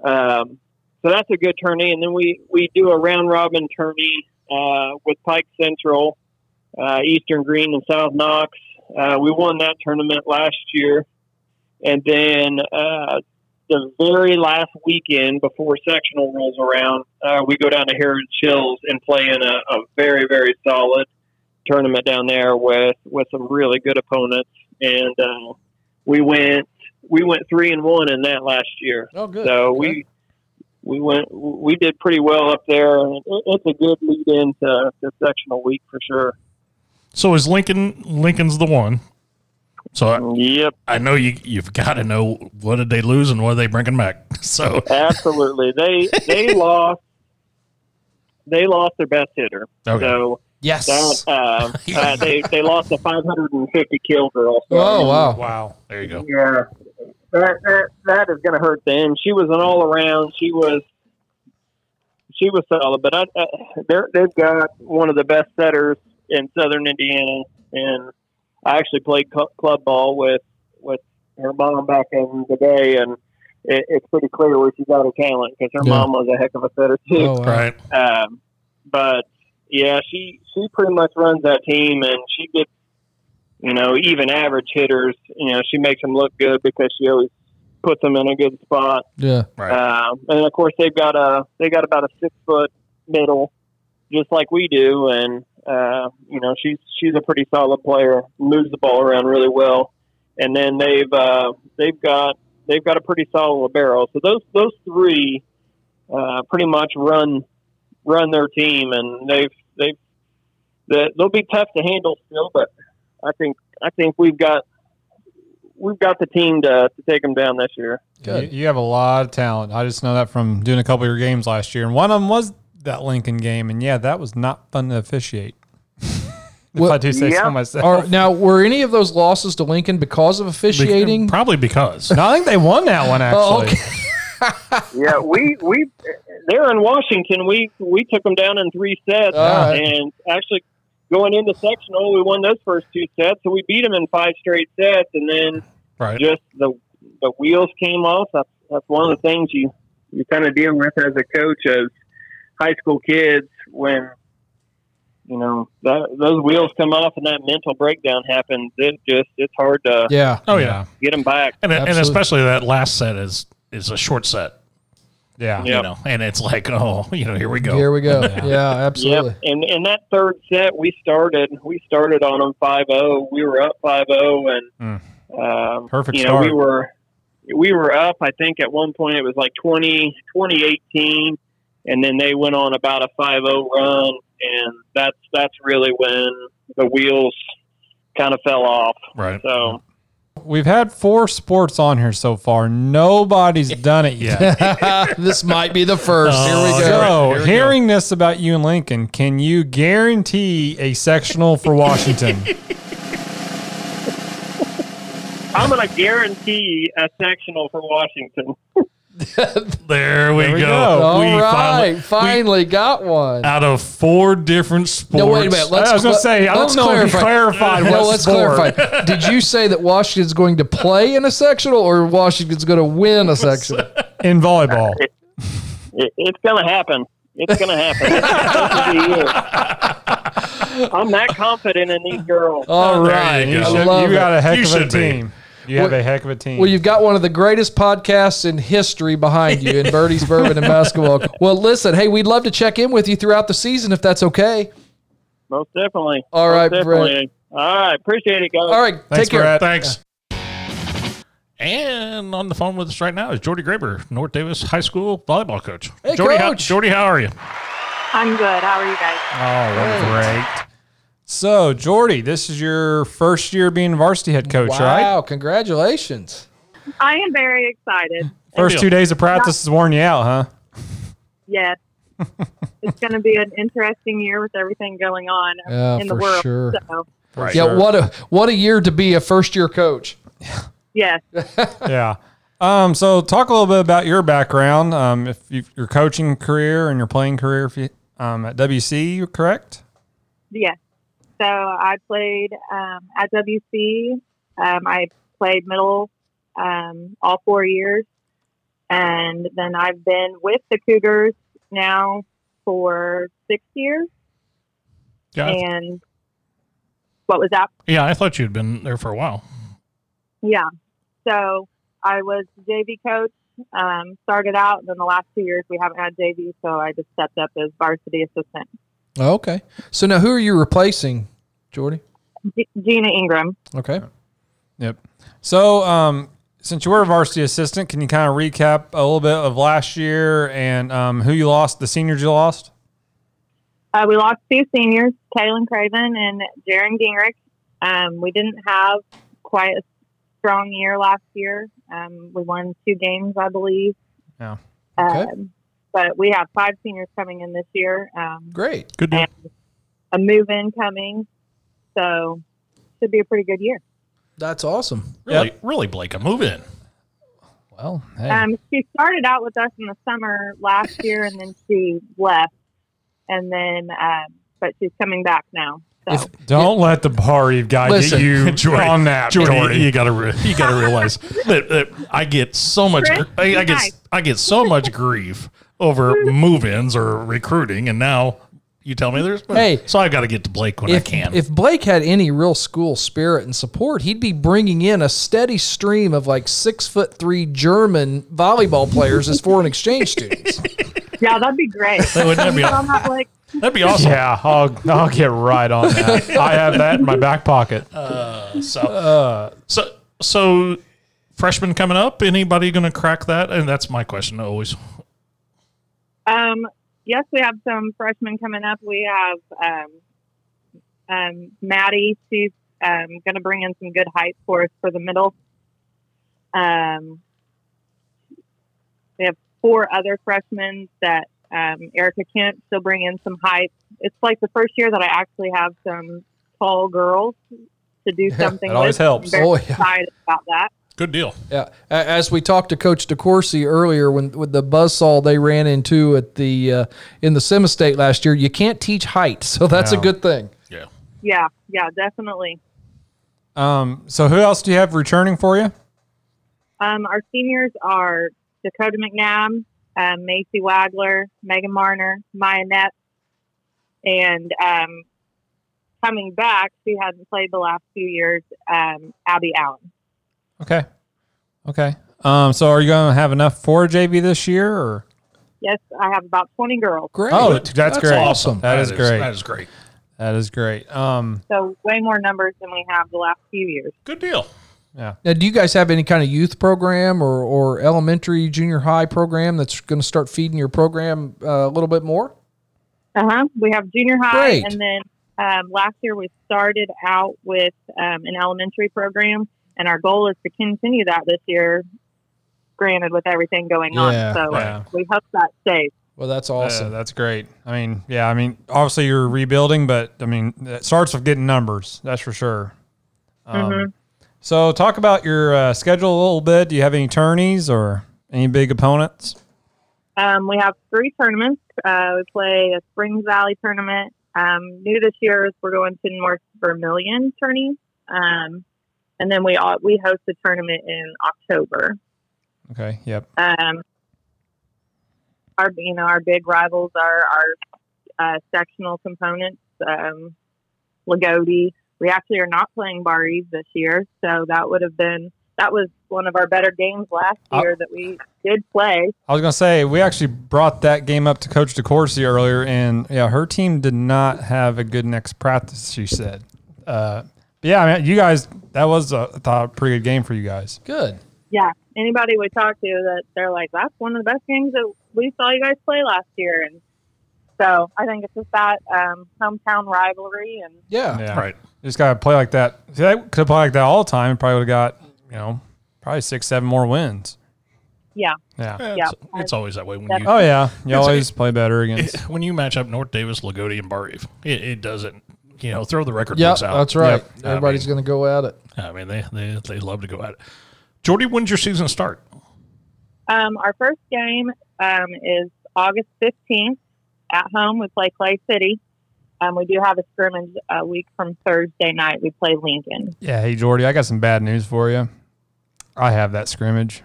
F: Um, so that's a good tourney, and then we we do a round robin tourney uh, with Pike Central, uh, Eastern Green, and South Knox. Uh, we won that tournament last year, and then uh, the very last weekend before sectional rolls around, uh, we go down to Heritage Hills and play in a, a very very solid tournament down there with with some really good opponents, and uh, we went we went three and one in that last year.
A: Oh, good.
F: So we we went we did pretty well up there. and it- It's a good lead in to, to sectional week for sure.
B: So is Lincoln Lincoln's the one? So
F: Yep,
B: I, I know you you've got to know what did they lose and what are they bringing back. So
F: absolutely. they they lost they lost their best hitter.
B: okay.
F: So
A: Yes.
F: that um, uh, they they lost a 550 kill girl.
A: oh, wow.
B: Wow. There you go.
F: Yeah, that that, that is going to hurt them. She was an all around. She was she was solid, but I, I, they're, they've got one of the best setters in Southern Indiana, and I actually played cl- club ball with with her mom back in the day, and it, it's pretty clear where she got her talent because her
A: Yeah.
F: mom was a heck of a setter too.
A: Oh, wow.
B: Right.
F: Um, but yeah, she she pretty much runs that team, and she gets you know even average hitters. You know, she makes them look good because she always puts them in a good spot.
A: Yeah.
B: Right.
F: Um, and of course, they've got a they got about a six foot middle, just like we do. And uh, you know, she's she's a pretty solid player, moves the ball around really well. And then they've uh, they've got they've got a pretty solid libero. So those those three uh, pretty much run run their team, and they've they've they- they'll be tough to handle still. But I think I think we've got we've got the team to, to take them down this year.
C: You,
A: Good.
C: you have a lot of talent. I just know that from doing a couple of your games last year, and one of them was that Lincoln game, and yeah, that was not fun to officiate. if
A: Well,
C: I do say so
F: yeah.
C: myself.
A: Are, now, were any of those losses to Lincoln because of officiating?
B: Probably because.
C: no, I think they won that one actually.
A: Oh, okay.
F: Yeah, we we there in Washington, we we took them down in three sets,
A: All right.
F: and actually going into sectional, we won those first two sets, so we beat them in five straight sets, and then
B: Right.
F: Just the the wheels came off. That's, that's one of the things you you kind of deal with as a coach as high school kids when you know that, those wheels come off and that mental breakdown happens. It just it's hard to
A: Yeah.
B: Oh yeah.
F: get them back.
B: And and
A: Absolutely.
B: especially that last set is is a short set.
C: Yeah.
B: You
F: Yep.
B: know, and it's like oh you know here we go.
A: Here we go. Yeah, absolutely.
F: Yep. And and that third set we started we started on them 5-0. We were up 5-0 and um,
C: Hmm. Perfect
F: You know, we
C: start.
F: were we were up. I think at one point it was like 20, 2018, and then they went on about a 5-0 run, and that's that's really when the wheels kind of fell off.
B: Right.
F: So
C: We've had four sports on here so far. Nobody's done it yet.
A: this might be the first. Here
B: Oh,
A: we go.
C: So, hearing this about you and Lincoln, can you guarantee a sectional for Washington?
F: I'm going to guarantee a sectional for Washington.
B: There we,
C: There we
B: go.
C: go.
A: All right,
B: we- Uh,
A: finally, got one.
B: out of four different sports.
A: No, wait a minute. Let's,
C: I was gonna
A: let-
C: say, I don't
A: let's
C: know if you clarified
A: No,
C: what
A: let's
C: sport.
A: clarify. Did you say that Washington's going to play in a sectional or Washington's going to win a sectional?
C: In volleyball.
F: It, it's going to happen. It's going to happen. It's supposed to be you. I'm that confident in these girls.
A: All
B: There
A: right.
B: you go.
A: I
C: You
A: love
C: got
A: it.
C: a heck
B: You
C: of a
B: should be.
C: team. You have a heck of a team.
A: Well, you've got one of the greatest podcasts in history behind you in Birdie's Bourbon and Basketball. Well, listen, hey, we'd love to check in with you throughout the season if that's okay.
F: Most definitely.
A: All
F: Most
A: right, Brett.
F: definitely. All right. Appreciate it, guys.
A: All right,
C: Thanks,
A: take care.
C: Brett.
B: Thanks. And on the phone with us right now is Jordy Graber, North Davis High School volleyball coach.
A: Hey,
B: Jordy, How,
A: Coach.
B: Jordy, how are you?
G: I'm good. How are you guys?
A: Uh,
C: Oh, great. So, Jordy, this is your first year being a varsity head coach, right?
A: Wow, congratulations.
G: I am very excited.
C: First two days of practice has worn you out, huh?
G: Yes. it's going to be an interesting year with everything going on
A: Yeah,
G: in the
A: for
G: world.
A: sure.
G: So,
C: Right.
A: Yeah, what a what a year to be a first year coach.
G: yes.
C: yeah. Um, so talk a little bit about your background, um, if you, your coaching career and your playing career, if you, um, at WC, you're correct.
G: Yes. So I played um, at WC. Um, I played middle um, all four years. And then I've been with the Cougars now for six years.
B: Yeah, I-
G: And what was that?
B: yeah. I thought you'd been there for a while.
G: Yeah. So I was JV coach, um, started out, and then the last two years we haven't had JV, so I just stepped up as varsity assistant.
A: Oh, okay. So now who are you replacing, Jordy?
G: G- Gina Ingram.
A: Okay.
C: Yep. So, um, since you were a varsity assistant, can you kind of recap a little bit of last year and um, who you lost, the seniors you lost?
G: Uh, we lost two seniors, Kaylin Craven and Jaron Gingrich. Um, we didn't have quite a strong year last year. Um, we won two games, I believe.
C: Yeah.
A: Okay.
G: Um, but we have five seniors coming in this year. Um,
A: Great.
B: Good deal.
G: and a move in coming. So should be a pretty good year.
A: That's awesome.
B: Really, really, Blake, a move in.
C: Well, hey,
G: Um, she started out with us in the summer last year, and then she left, and then um, but she's coming back now. So
C: don't let the party guy
A: Listen,
C: get you
B: Jordy,
C: on that,
B: Jordy,
C: Jordy.
B: you- you gotta re- you gotta realize that, that I get so much
G: Chris,
B: I, I
G: be
B: get
G: nice.
B: I get so much grief over move-ins or recruiting, and now you tell me there's
A: Hey.
B: So I got to get to Blake when I
A: If,
B: can.
A: if Blake had any real school spirit and support, he'd be bringing in a steady stream of like six foot three German volleyball players as foreign exchange students.
G: yeah, that'd be great.
B: Wouldn't that be
G: So I'm
B: awesome?
G: not like
B: That'd be awesome.
C: Yeah, I'll, I'll get right on that. I have that in my back pocket.
B: Uh, So, so, so, freshman coming up. Anybody going to crack that? And that's my question always.
G: um, yes, we have some freshmen coming up. We have um, um, Maddie. She's um, going to bring in some good height for us for the middle. Um, we have four other freshmen that um, Erica Kent. She'll bring in some height. It's like the first year that I actually have some tall girls to do something.
C: that always
G: with.
C: helps.
G: I'm very
A: Oh, yeah.
G: excited about that.
B: Good deal.
A: yeah. A- As we talked to Coach DeCourcy earlier, when with the buzzsaw they ran into at the uh, in the semistate last year, you can't teach height, so that's a
C: No.
A: good thing.
B: Yeah.
G: Yeah, yeah, definitely.
C: Um, so who else do you have returning for you?
G: Um, our seniors are Dakota McNabb, um, Macy Wagler, Megan Marner, Maya Nepp, and um, coming back, she hasn't played the last few years, um, Abby Allen.
C: Okay. Okay. Um, so are you going to have enough for JV this year? Or?
G: Yes, I have about 20 girls.
A: Great.
C: Oh, that's, great.
A: awesome.
C: that is, great.
B: That is great.
C: That is great. Um,
G: So way more numbers than we have the last few years.
B: Good deal.
A: Now, do you guys have any kind of youth program or, or elementary, junior high program that's going to start feeding your program uh, a little bit more?
G: Uh huh. We have junior high,
A: Great.
G: and then um, last year we started out with um, an elementary program, and our goal is to continue that this year. Granted, with everything going
A: Yeah,
G: on, so
C: yeah.
G: we hope that stays.
A: Well, that's
C: awesome.
A: awesome.
C: uh, that's great. I mean, yeah, I mean, obviously you're rebuilding, but I mean, it starts with getting numbers. That's for sure. Um,
A: Mm-hmm.
C: So talk about your uh, schedule a little bit. Do you have any tourneys or any big opponents?
G: Um, we have three tournaments. Uh, we play a Springs Valley tournament. Um, new this year is we're going to North Vermillion tourney, um, and then we all, we host a tournament in October.
C: Okay. Yep.
G: um, our you know our big rivals are our uh, sectional components. Um, Lagodi. We actually are not playing Bar Eve this year, so that would have been that was one of our better games last
C: Uh,
G: year that we did play.
C: I was gonna say we actually brought that game up to Coach DeCourcy earlier, and yeah, her team did not have a good next practice. She said, uh, but "Yeah, I mean, you guys, that was a, I thought a pretty good game for you guys."
A: Good.
G: Yeah, anybody we talk to that they're like that's one of the best games that we saw you guys play last year, and so I think it's just that um, hometown rivalry and
A: Yeah.
C: Yeah,
B: Right.
C: You just gotta play like that. If they could have played like that all the time, probably would have got you know probably six, seven more wins.
G: yeah,
C: Yeah.
B: Eh, It's, it's always that way when you
C: Oh yeah, you
B: It's-
C: always play better against.
B: it- when you match up North Davis, Lagodi, and Bar Eve. It, it doesn't. You know, throw the record
A: Yeah,
B: books out.
A: that's right.
C: Yep.
A: Everybody's going to go at it.
B: I mean, they, they they love to go at it. Jordy, when's your season start?
G: Um, our first game um, is August 15th at home. We play Clay City. Um, we do have a scrimmage a week from Thursday night. We play Lincoln.
C: Yeah. Hey Jordy, I got some bad news for you. I have that scrimmage.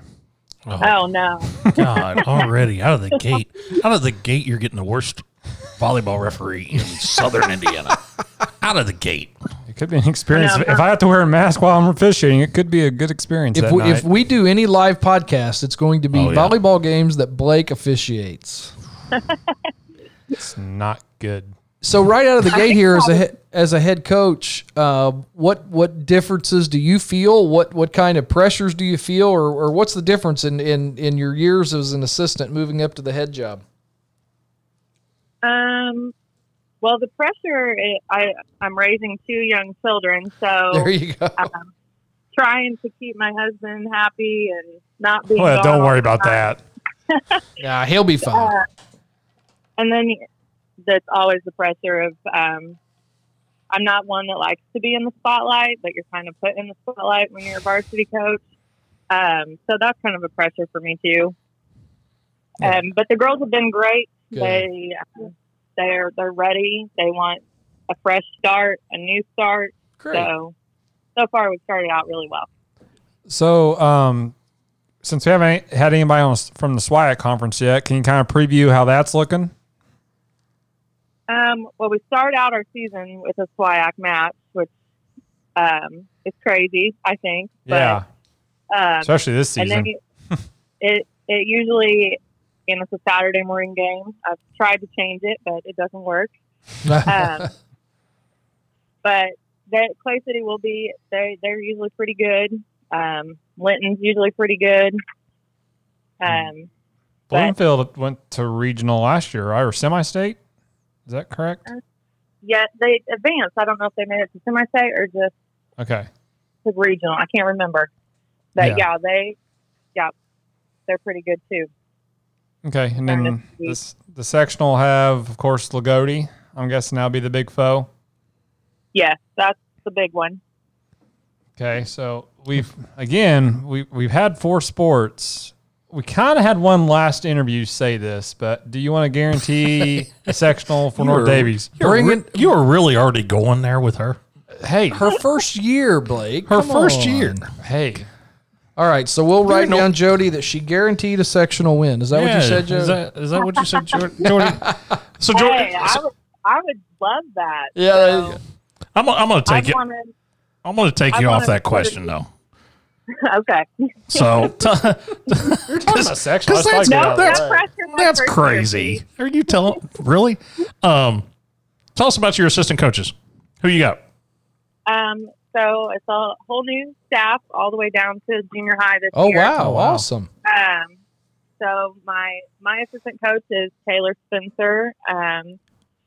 G: Oh, no.
B: God, already out of the gate. Out of the gate, you're getting the worst volleyball referee in Southern Indiana. Out of the gate.
C: It could be an experience.
G: I know,
C: if I have to wear a mask while I'm officiating, it could be a good experience.
A: If
C: that
A: we,
C: night.
A: if we do any live podcast, it's going to be
B: Oh, yeah.
A: volleyball games that Blake officiates.
C: It's not good.
A: So right out of the gate here as a he- as a head coach, uh, what what differences do you feel? What what kind of pressures do you feel, or, or what's the difference in, in in your years as an assistant moving up to the head job?
G: Um, well, the pressure, it, I, I'm raising two young children, so
A: There you go.
G: trying to keep my husband happy and not being.
C: Well,
G: gone
C: don't
G: all
C: worry
G: the
C: about
G: time.
C: that.
A: Yeah, he'll be fine.
G: Uh, and then that's always the pressure of um, I'm not one that likes to be in the spotlight, but you're kind of put in the spotlight when you're a varsity coach. Um, so that's kind of a pressure for me too. Um, but the girls have been great.
A: Good.
G: They um, they're they're ready. They want a fresh start, a new start.
A: Great.
G: So so far we've started out really well.
C: So, um, since we haven't had anybody on from the SWIAC conference yet, can you kind of preview how that's looking?
G: Um, well, we start out our season with a SWIAC match, which um, is crazy, I think.
C: yeah,
G: But, um,
C: especially this
G: and
C: season.
G: then it, it it usually, and it's a Saturday morning game. I've tried to change it, but it doesn't work. Um, but that Clay City will be they they're usually pretty good. Um, Linton's usually pretty good. Um, but-
C: Bloomfield went to regional last year, right, or semi-state? Is that correct?
G: Uh, yeah, they advanced. I don't know if they made it to semi-state or just
C: Okay.
G: to regional. I can't remember.
C: Yeah.
G: But yeah, they yeah, they're pretty good too.
C: Okay. And
G: Starting
C: then
G: to see.
C: this, the sectional have, of course, Lagodi. I'm guessing that'll be the big foe.
G: Yeah, that's the big one.
C: Okay, so we've again we we've had four sports. We kind of had one last interview say this, but do you want to guarantee a sectional for North Davies?
A: Bring
B: Re-
A: in
B: you were really already going there with her.
C: Hey,
A: her first year, Blake.
B: Her
A: Come
B: first
A: on.
B: year.
C: hey,
A: All right, so we'll write
B: no-
A: down Jody that she guaranteed a sectional win. Is that what you said, Jody?
B: Is that, is that what you said, Jor- Jordan? so, Jordan,
G: Hey, I would, I would love that.
A: yeah. there you go.
B: I'm, gonna- I'm going to
G: I
B: take it.
G: wanna-
B: I'm going to take
G: I
B: you off
G: wanna-
B: that question though.
G: okay.
B: So,
C: You're talking about sexual.
B: Cause that's-
G: No,
B: that's-
G: no pressure. no
B: That's
G: pressure.
B: crazy. Are you telling really? Um, tell us about your assistant coaches. Who you got?
G: Um, so it's a whole new staff all the way down to junior high this
A: Oh
G: year.
A: wow,
C: Oh, wow.
A: awesome.
G: Um, so my my assistant coach is Taylor Spencer. Um,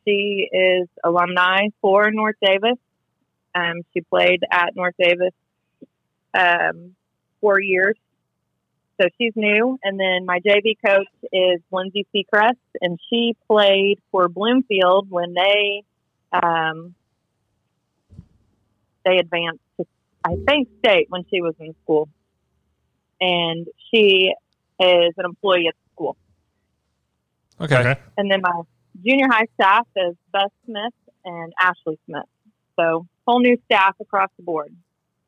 G: she is alumni for North Davis. Um, she played at North Davis um, four years, so she's new. And then my JV coach is Lindsay Seacrest, and she played for Bloomfield when they um, they advanced to I think state when she was in school, and she is an employee at the school.
B: Okay.
G: And then my junior high staff is Beth Smith and Ashley Smith. So whole new staff across the board.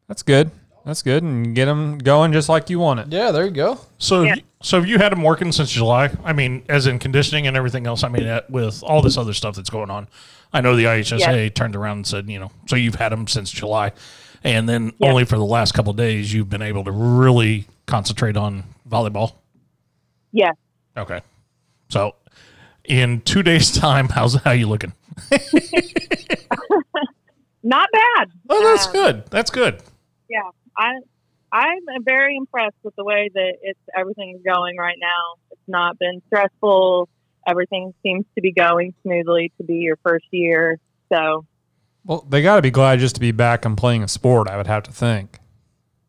C: That's good. That's good, and get them going just like you want it.
A: Yeah, there you go.
B: So,
G: Yeah.
B: so have you had them working since July? I mean, as in conditioning and everything else. I mean, at- with all this other stuff that's going on, I know the IHSA turned around and said, you know, so you've had them since July, and then
G: Yeah.
B: only for the last couple of days you've been able to really concentrate on volleyball.
G: Yes.
B: Okay. So, in two days' time, how's how you looking?
G: Not bad.
B: Oh, that's
G: Um,
B: good. That's good.
G: Yeah. I I'm very impressed with the way that it's everything's going right now. It's not been stressful. Everything seems to be going smoothly to be your first year. So
C: Well, they got to be glad just to be back and playing a sport. I would have to think.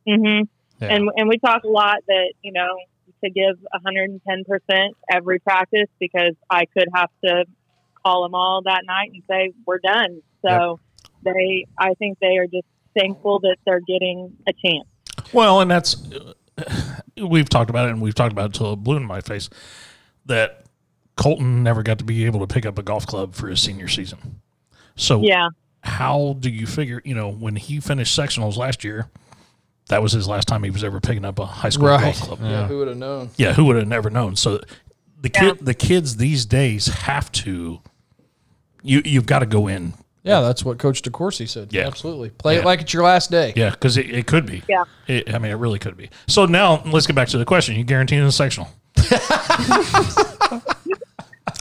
G: mhm.
C: Yeah.
G: and and we talk a lot that you know to give 110 percent every practice because I could have to call them all that night and say we're done. So they, I think they are just thankful that they're getting a chance.
B: Well, and that's uh, we've talked about it, and we've talked about it till it blew in my face that Colton never got to be able to pick up a golf club for his senior season. So
G: Yeah,
B: how do you figure? You know, when he finished sectionals last year, that was his last time he was ever picking up a high school
A: Right.
B: golf club.
A: Yeah. who would have known?
B: Yeah, who would have never known? So the
G: Yeah.
B: kid, the kids these days have to. You you've got to go in.
A: Yeah, that's what Coach DeCourcy said.
B: Yeah.
A: absolutely. Play
B: Yeah.
A: it like it's your last day.
B: Yeah, because it, it could be.
G: Yeah.
B: It, I mean, it really could be. So now let's get back to the question. You guaranteeing a sectional?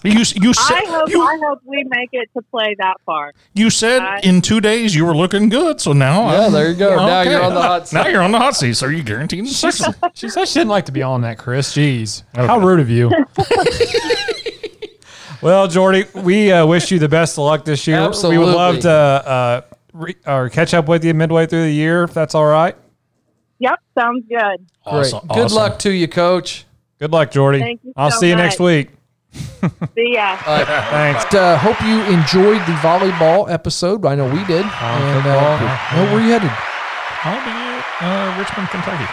B: you s- you
G: I
B: said
G: hope
B: you,
G: I hope we make it to play that far.
B: you said
G: I-
B: in two days you were looking good. So now
A: Yeah,
B: I'm-
A: there you go. Now
B: okay.
A: you're on the hot
B: Now
A: seat.
B: you're on the hot seat. So are you guaranteeing a sectional?
C: She said she didn't like to be on that, Chris. Jeez, how rude of you. well, Jordy, we uh, wish you the best of luck this year. We would love
A: Absolutely.
C: to uh, re- or catch up with you midway through the year if that's all right.
G: Yep, sounds good.
A: Great.
B: Awesome,
A: Good
B: awesome.
A: luck to you, Coach.
C: Good luck, Jordy.
G: Thank you
C: I'll
G: so
C: see you next
G: much.
C: week.
G: See ya.
C: Thanks.
A: Uh, hope you enjoyed the volleyball episode. I know we did. And, uh,
C: football.
A: well, where you headed?
B: I'll be at uh, Richmond, Kentucky.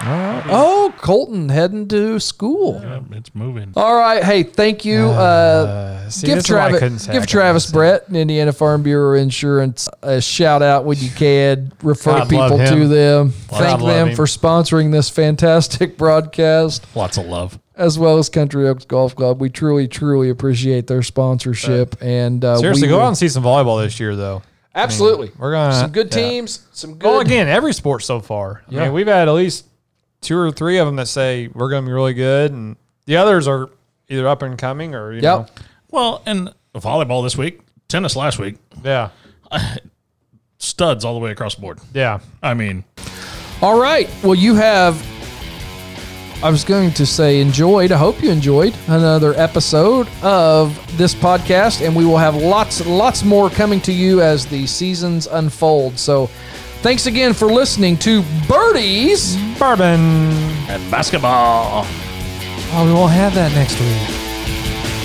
A: Oh, Colton heading to school.
B: Yeah, it's moving.
A: All right. Hey, thank you. Uh,
C: See,
A: give
C: this is why I couldn't
A: Travis,
C: say I
A: give
C: couldn't
A: Travis
C: say.
A: Brett and Indiana Farm Bureau Insurance a shout out when you can. Refer
C: God, love
A: people to
C: him.
A: them.
C: God,
A: Thank
C: love
A: them
C: him.
A: for sponsoring this fantastic broadcast,
B: Lots of love.
A: as well as Country Oaks Golf Club. We truly, truly appreciate their sponsorship. And uh,
C: Seriously,
A: we
C: go
A: will-
C: out and see some volleyball this year, though.
A: Absolutely,
C: We're gonna-
A: some good
C: yeah.
A: teams, some good.
C: Well, again, every sport so far. I
A: Yeah.
C: mean, we've had at least two or three of them that say we're going to be really good, and the others are either up and coming or you
A: Yep.
B: Well, and volleyball this week, tennis last week,
C: know, yeah,
B: studs all the way across the board.
C: yeah.
B: I mean,
A: All right. Well, you have. I was going to say enjoyed. I hope you enjoyed another episode of this podcast, and we will have lots, lots more coming to you as the seasons unfold. So, thanks again for listening to Birdies.
C: Bourbon.
B: and basketball.
A: Oh, we won't have that next week.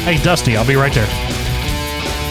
B: Hey, Dusty, I'll be right there.